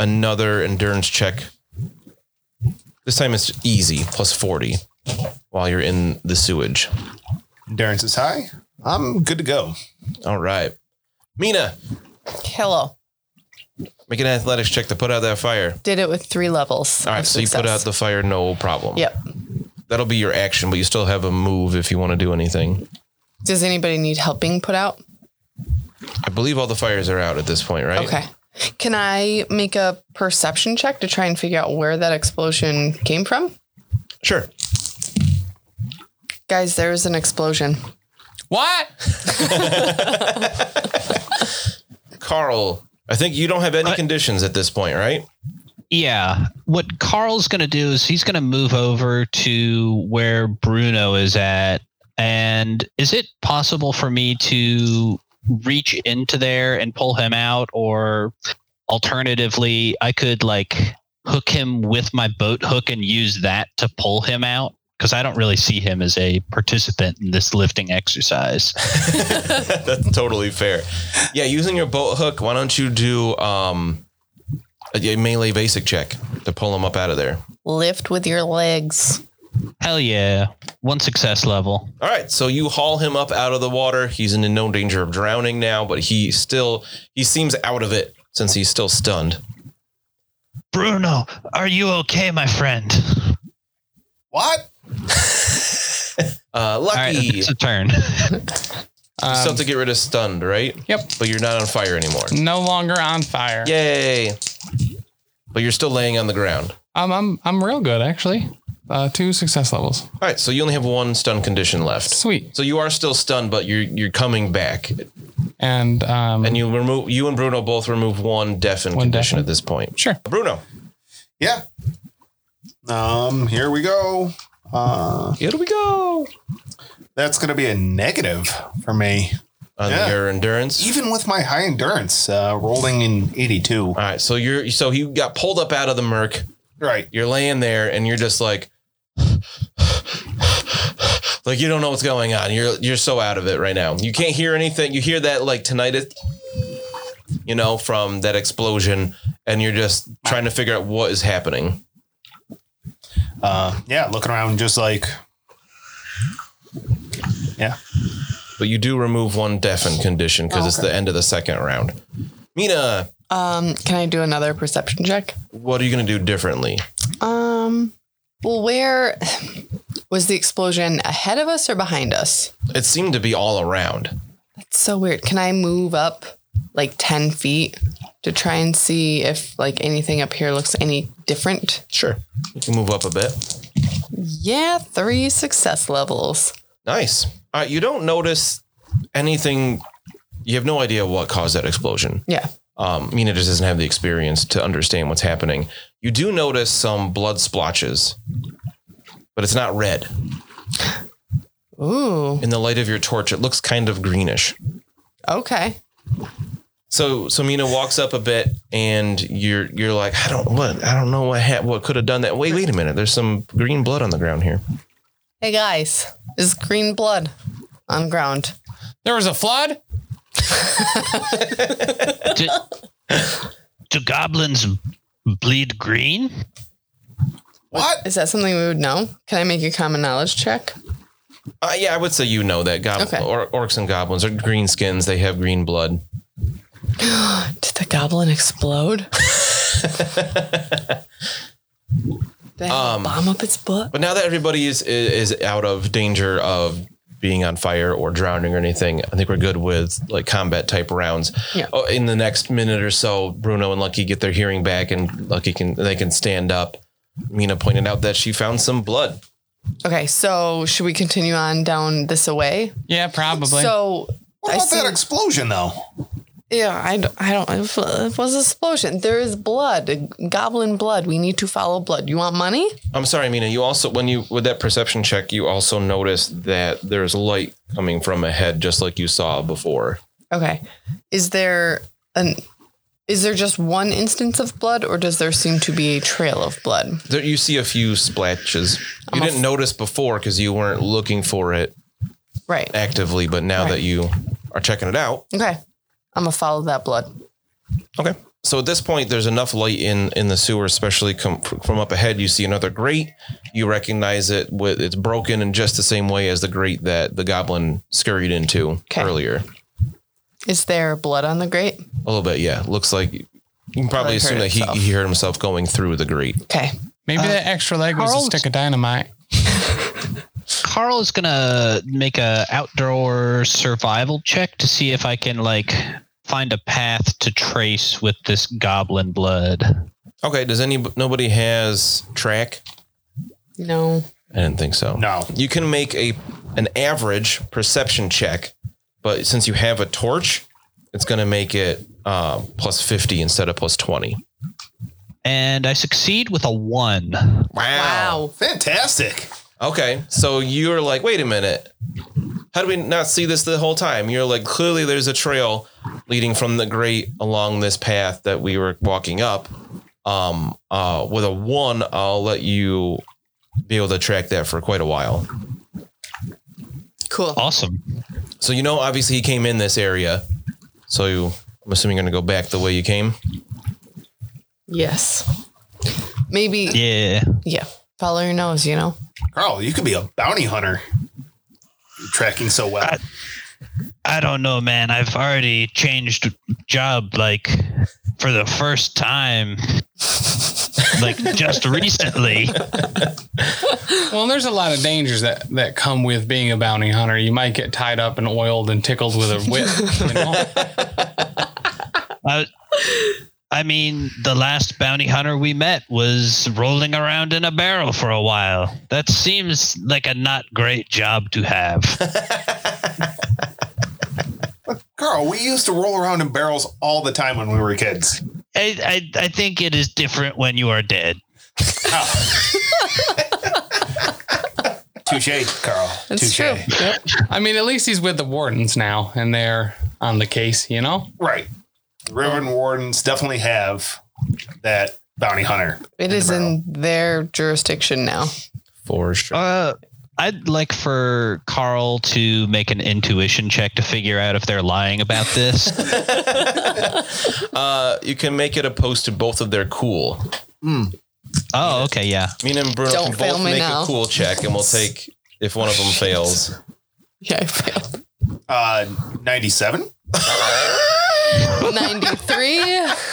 Speaker 2: another endurance check. This time it's easy, plus 40 while you're in the sewage.
Speaker 5: Endurance is high. I'm good to go.
Speaker 2: All right. Mina,
Speaker 3: Hello.
Speaker 2: make an athletics check to put out that fire.
Speaker 3: Did it with three levels.
Speaker 2: All right,
Speaker 3: of
Speaker 2: so you put
Speaker 3: success.
Speaker 2: out the fire, no problem.
Speaker 3: Yep.
Speaker 2: That'll be your action, but you still have a move if you want to do anything.
Speaker 3: Does anybody need help being put out?
Speaker 2: I believe all the fires are out at this point, right?
Speaker 3: Okay. Can I make a perception check to try and figure out where that explosion came from?
Speaker 2: Sure.
Speaker 3: Guys, there was an explosion.
Speaker 1: What?
Speaker 2: Carl, I think you don't have any
Speaker 4: I-
Speaker 2: conditions at this point, right?
Speaker 4: Yeah. What Carl's going to do is he's going to move over to where Bruno is at. And is it possible for me to reach into there and pull him out? Or alternatively, I could like hook him with my boat hook and use that to pull him out? Because I don't really see him as a participant in this lifting exercise.
Speaker 2: That's totally fair. Yeah, using your boat hook, why don't you do um, a melee basic check to pull him up out of there?
Speaker 3: Lift with your legs.
Speaker 4: Hell yeah. One success level.
Speaker 2: All right, so you haul him up out of the water. He's in no danger of drowning now, but he still he seems out of it since he's still stunned.
Speaker 4: Bruno, are you okay, my friend?
Speaker 5: What?
Speaker 2: Uh,
Speaker 4: All *laughs* right,
Speaker 2: lucky,
Speaker 4: it's a turn.
Speaker 1: Um,
Speaker 2: still to get rid of stunned, right?
Speaker 1: Yep.
Speaker 2: But you're not on fire anymore.
Speaker 1: no longer on fire.
Speaker 2: Yay! But you're still laying on the ground.
Speaker 1: Um, I'm I'm real good actually. Uh, two success levels.
Speaker 2: All right, so you only have one stun condition left.
Speaker 1: Sweet.
Speaker 2: So you are still stunned, but you're you're coming back,
Speaker 1: And um,
Speaker 2: and you remove you and Bruno both remove one deafen
Speaker 1: One
Speaker 2: condition
Speaker 1: deafen.
Speaker 2: at this point.
Speaker 1: sure.
Speaker 2: Bruno,
Speaker 5: Yeah. Um, here we go. Uh,
Speaker 2: here we go.
Speaker 5: that's going to be a negative for me.
Speaker 2: On
Speaker 5: Yeah.
Speaker 2: your endurance,
Speaker 5: Even with my high endurance, uh, rolling in 82.
Speaker 2: All right, so you're so he got pulled up out of the murk.
Speaker 5: Right.
Speaker 2: You're laying there, and you're just like, like you don't know what's going on. You're you're so out of it right now. You can't hear anything. You hear that like tinnitus, you know, from that explosion, and you're just trying to figure out what is happening.
Speaker 5: Uh, yeah, looking around just like. Yeah.
Speaker 2: But you do remove one deafen condition because it's the end of the second round. Mina,
Speaker 3: Um, can I do another perception check?
Speaker 2: what are you gonna do differently?
Speaker 3: Um, well, where was the explosion ahead of us or behind us?
Speaker 2: It seemed to be all around.
Speaker 3: That's so weird. Can I move up like 10 feet to try and see if like anything up here looks any different?
Speaker 2: Sure, you can move up a bit.
Speaker 3: Yeah, three success levels.
Speaker 2: Nice. All right, you don't notice anything. You have no idea what caused that explosion.
Speaker 3: Yeah.
Speaker 2: Um, Mina just doesn't have the experience to understand what's happening. You do notice some blood splotches, but it's not red.
Speaker 3: Ooh.
Speaker 2: In the light of your torch, it looks kind of greenish.
Speaker 3: Okay.
Speaker 2: So, so Mina walks up a bit, and you're you're like, I don't what I don't know what ha- what could have done that. Wait, wait a minute. There's some green blood on the ground here.
Speaker 3: Hey guys, is green blood on ground?
Speaker 1: There was a flood.
Speaker 4: do, do goblins bleed green?
Speaker 5: What?
Speaker 3: Is that something we would know? Can I make a common knowledge check?
Speaker 2: Uh, yeah, I would say you know that goblin
Speaker 3: Okay.
Speaker 2: or, orcs and goblins are green skins. They have green blood.
Speaker 3: Did the goblin explode? Did it have
Speaker 5: Um,
Speaker 3: a bomb up its butt?
Speaker 2: But now that everybody is, is is out of danger of being on fire or drowning or anything, I think we're good with like combat type rounds.
Speaker 3: Yeah.
Speaker 2: Oh, in the next minute or so, Bruno and Lucky get their hearing back, and Lucky can they can stand up. Mina pointed out that she found some blood.
Speaker 3: Okay, so should we continue on down this away?
Speaker 1: Yeah, probably.
Speaker 3: So
Speaker 5: What
Speaker 3: I
Speaker 5: about
Speaker 3: see-
Speaker 5: that explosion, though?
Speaker 3: yeah, I don't, I don't. It was an explosion. There is blood, goblin blood. We need to follow blood. You want money?
Speaker 2: I'm sorry, Mina. You also when you with that perception check, you also noticed that there's light coming from ahead, just like you saw before.
Speaker 3: Okay. Is there an? Is there just one instance of blood, or does there seem to be a trail of blood?
Speaker 2: There, you see a few splatches. You
Speaker 3: a
Speaker 2: didn't
Speaker 3: f-
Speaker 2: notice before because you weren't looking for it
Speaker 3: Right.
Speaker 2: actively, but now that you are checking it out,
Speaker 3: Okay. I'm gonna follow that blood.
Speaker 2: okay. So at this point, there's enough light in in the sewer, especially com- from up ahead. You see another grate. You recognize it with it's broken in just the same way as the grate that the goblin scurried into
Speaker 3: 'Kay.
Speaker 2: earlier.
Speaker 3: Is there blood on the grate?
Speaker 2: A little bit, yeah. Looks like you can probably
Speaker 3: Probably
Speaker 2: assume
Speaker 3: hurt
Speaker 2: that he,
Speaker 3: itself.
Speaker 2: he heard himself going through the grate.
Speaker 3: Okay.
Speaker 1: Maybe that extra leg was a
Speaker 4: Carl's-
Speaker 1: stick of dynamite.
Speaker 4: Carl is gonna make a outdoor survival check to see if I can like find a path to trace with this goblin blood.
Speaker 2: Okay. Does any nobody has track?
Speaker 3: No.
Speaker 2: I didn't think so.
Speaker 5: No.
Speaker 2: You can make a an average perception check, but since you have a torch, it's going to make it um, plus 50 instead of plus 20.
Speaker 4: and I succeed with a one.
Speaker 3: Wow.
Speaker 5: Fantastic.
Speaker 2: Okay, so you're like, wait a minute. How do we not see this the whole time? You're like, clearly there's a trail leading from the grate along this path that we were walking up. Um, uh, with a one, I'll let you be able to track that for quite a while.
Speaker 3: Cool.
Speaker 4: Awesome.
Speaker 2: So you know, obviously he came in this area. So you, I'm assuming you're gonna go back the way you came.
Speaker 3: Yes. Maybe. Yeah.
Speaker 4: Yeah.
Speaker 3: Follow your nose, you know?
Speaker 5: Carl, you could be a bounty hunter. You're tracking so well.
Speaker 4: I don't know, man. I've already changed job like for the first time. like just recently.
Speaker 1: Well, there's a lot of dangers that, that come with being a bounty hunter. You might get tied up and oiled and tickled with a whip. You know? *laughs*
Speaker 4: I, Uh, I mean, the last bounty hunter we met was rolling around in a barrel for a while. That seems like a not great job to have.
Speaker 5: Carl, we used to roll around in barrels all the time when we were kids.
Speaker 4: I, I, I think it is different when you are dead.
Speaker 5: Touche, Carl.
Speaker 3: That's
Speaker 5: Touche.
Speaker 3: true. Yep.
Speaker 1: I mean, at least he's with the wardens now and they're on the case, you know?
Speaker 5: Right. Riven wardens definitely have that bounty hunter.
Speaker 3: It is in their jurisdiction now.
Speaker 2: For sure.
Speaker 4: Uh, I'd like for Carl to make an intuition check to figure out if they're lying about this.
Speaker 2: Uh, you can make it opposed to both of their cool.
Speaker 4: oh, okay, yeah.
Speaker 2: Me and Bruno
Speaker 3: Don't
Speaker 2: can
Speaker 3: fail
Speaker 2: both
Speaker 3: me
Speaker 2: make
Speaker 3: now.
Speaker 2: a cool check, and we'll take if one of them fails.
Speaker 3: Yeah, I failed.
Speaker 5: Uh, 97?
Speaker 3: 93.
Speaker 2: *laughs* *laughs*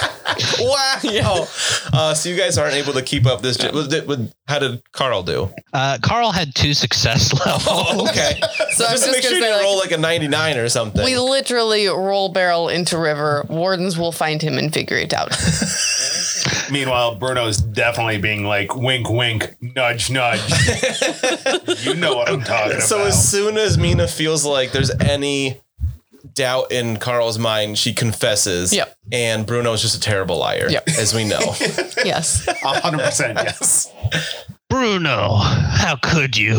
Speaker 2: Wow. Uh, so you guys aren't able to keep up this. j- with- with- how did Carl do?
Speaker 4: Uh, Carl had two success *laughs* levels.
Speaker 2: *laughs* Okay.
Speaker 3: So I'm
Speaker 2: just,
Speaker 3: just
Speaker 2: make sure
Speaker 3: going
Speaker 2: you
Speaker 3: to say,
Speaker 2: roll
Speaker 3: like,
Speaker 2: like a 99 or something.
Speaker 3: we literally roll barrel into river. Wardens will find him and figure it out.
Speaker 5: Meanwhile, Bruno's definitely being like, wink, wink, nudge, *laughs* nudge. you know what I'm talking
Speaker 2: so
Speaker 5: about.
Speaker 2: as soon as Mina feels like there's any doubt in Carl's mind, she confesses.
Speaker 3: Yep.
Speaker 2: And Bruno's just a terrible liar,
Speaker 3: Yep.
Speaker 2: as we know.
Speaker 3: yes.
Speaker 5: 100% *laughs* yes.
Speaker 4: Bruno, how could you?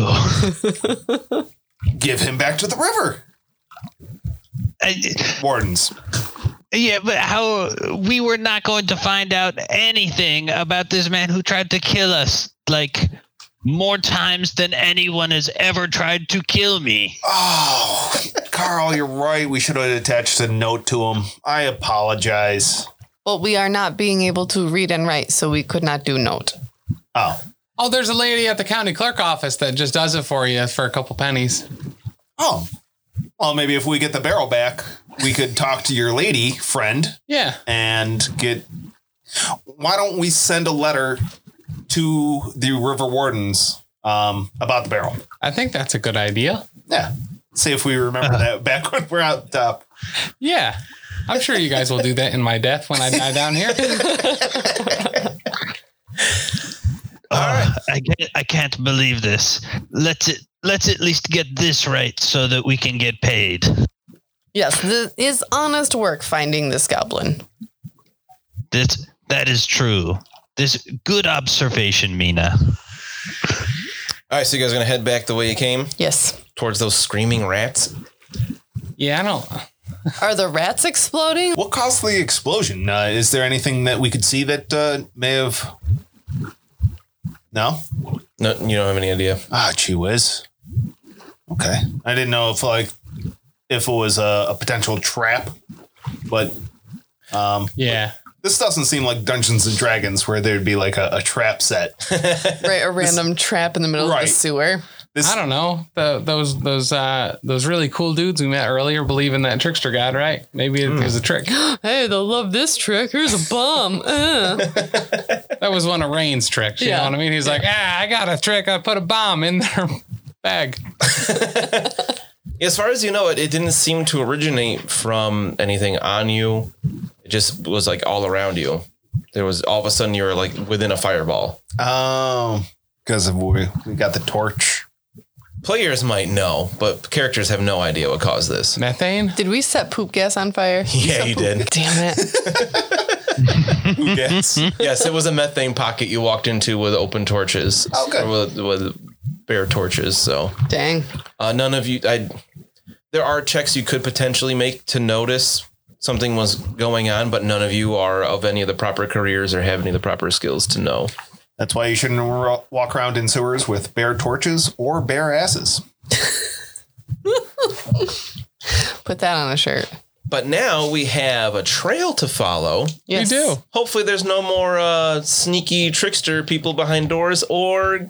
Speaker 5: Give him back to the river.
Speaker 4: I-
Speaker 5: Wardens.
Speaker 4: Yeah, but how we were not going to find out anything about this man who tried to kill us like more times than anyone has ever tried to kill me.
Speaker 5: Oh, Carl, you're right. We should have attached a note to him. I apologize.
Speaker 3: Well, we are not being able to read and write, so we could not do note.
Speaker 5: Oh.
Speaker 1: Oh, there's a lady at the county clerk office that just does it for you for a couple pennies.
Speaker 5: Oh. Well, maybe if we get the barrel back, we could talk to your lady friend
Speaker 1: Yeah.
Speaker 5: and get. Why don't we send a letter to the river wardens um, about the barrel?
Speaker 1: I think that's a good idea.
Speaker 5: Yeah. See if we remember that *laughs* back when we're out uh, top.
Speaker 1: Yeah. I'm sure you guys will do that in my death when I die down here.
Speaker 4: All right. Uh, I can't, I can't believe this. Let's it, let's at least get this right so that we can get paid.
Speaker 3: Yes, this is honest work finding this goblin.
Speaker 4: This that is true. This good observation, Mina.
Speaker 2: All right, so you guys are going to head back the way you came
Speaker 3: Yes.
Speaker 2: towards those screaming rats.
Speaker 1: Yeah, I don't.
Speaker 3: Are the rats exploding?
Speaker 5: What caused the explosion? Uh, is there anything that we could see that uh, may have. No?
Speaker 2: No, you don't have any idea.
Speaker 5: Ah, gee whiz. Okay. I didn't know if like if it was a, a potential trap, but
Speaker 1: Yeah.
Speaker 5: this doesn't seem like Dungeons and Dragons where there'd be like a, a trap set. *laughs*
Speaker 3: Right, a random trap in the middle of
Speaker 5: Right.
Speaker 3: the sewer.
Speaker 5: This
Speaker 1: I don't know. The, those those uh those really cool dudes we met earlier believe in that trickster god, right? Maybe it was a trick.
Speaker 3: Hey, they'll love this trick. Here's a bomb. *laughs* Uh.
Speaker 1: That was one of Rain's tricks. You
Speaker 3: Yeah.
Speaker 1: know what I mean? He's like, ah, I got a trick. I put a bomb in their bag.
Speaker 2: As far as you know, it, it didn't seem to originate from anything on you. It just was like all around you. There was all of a sudden you were like within a fireball.
Speaker 5: Um, Oh, because of we, we got the torch.
Speaker 2: Players might know, but characters have no idea what
Speaker 1: *laughs*
Speaker 2: caused this.
Speaker 1: Methane?
Speaker 3: Did we set poop gas on fire?
Speaker 2: Yeah, you did.
Speaker 3: Damn it.
Speaker 5: Who gets?
Speaker 2: yes, it was a methane pocket you walked into with open torches.
Speaker 5: Oh, good.
Speaker 2: Or With, with bare torches. So
Speaker 3: *laughs* Dang.
Speaker 2: uh, none of you. I. There are checks you could potentially make to notice something was going on, but none of you are of any of the proper careers or have any of the proper skills to know.
Speaker 5: *laughs* That's why you shouldn't ro- walk around in sewers with bare torches or bare asses.
Speaker 3: Put that on a shirt.
Speaker 2: But now we have a trail to follow.
Speaker 3: Yes.
Speaker 1: do.
Speaker 2: Hopefully, there's no more uh, sneaky trickster people behind doors or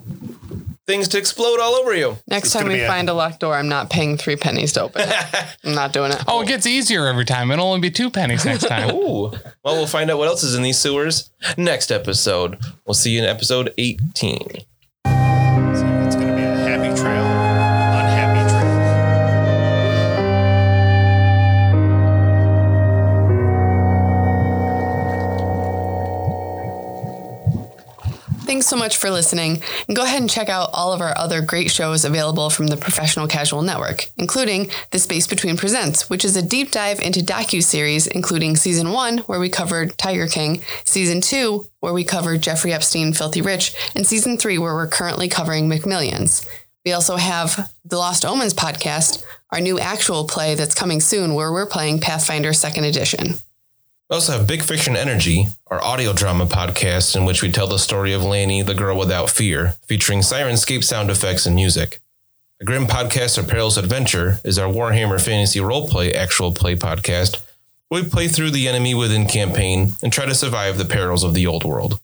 Speaker 2: things to explode all over you.
Speaker 3: Next
Speaker 5: It's
Speaker 3: time
Speaker 5: gonna
Speaker 3: we
Speaker 5: be a-
Speaker 3: find a locked door, I'm not paying three pennies to open it.
Speaker 5: *laughs*
Speaker 3: I'm not doing it.
Speaker 1: Oh, it gets easier every time. It'll only be two pennies next time.
Speaker 2: Ooh. Well, we'll find out what else is in these sewers next episode. We'll see you in episode 18.
Speaker 5: It's going to be a happy trail, unhappy trail.
Speaker 3: Thanks so much for listening. And go ahead and check out all of our other great shows available from the Professional Casual Network, including The Space Between Presents, which is a deep dive into docu-series including season 1 where we covered Tiger King, season 2 where we covered Jeffrey Epstein Filthy Rich, and season 3 where we're currently covering McMillions. We also have the Lost Omens podcast, our new actual play that's coming soon where we're playing Pathfinder 2nd Edition.
Speaker 2: We also have Big Fiction Energy, our audio drama podcast in which we tell the story of Lanny, the girl without fear, featuring sirenscape sound effects and music. A grim podcast of perilous adventure is our Warhammer Fantasy Roleplay actual play podcast. where We play through the enemy within campaign and try to survive the perils of the old world.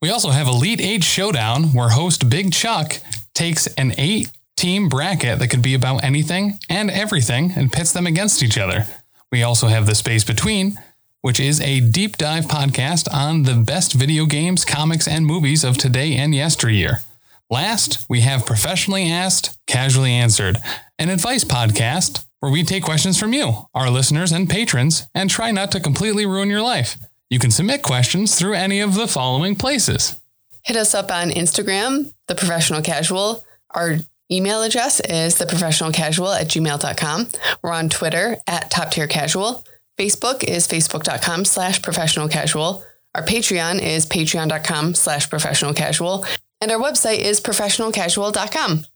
Speaker 1: We also have Elite Eight Showdown, where host Big Chuck takes an eight team bracket that could be about anything and everything and pits them against each other. We also have The Space Between, which is a deep dive podcast on the best video games, comics, and movies of today and yesteryear. Last, we have Professionally Asked, Casually Answered, an advice podcast where we take questions from you, our listeners and patrons, and try not to completely ruin your life. You can submit questions through any of the following places.
Speaker 3: hit us up on Instagram, the professional casual. Our email address is the professional casual at gmail.com. We're on Twitter at top tier casual. Facebook is facebook.com slash professional casual. Our Patreon is patreon.com slash professional casual. And our website is professionalcasual.com.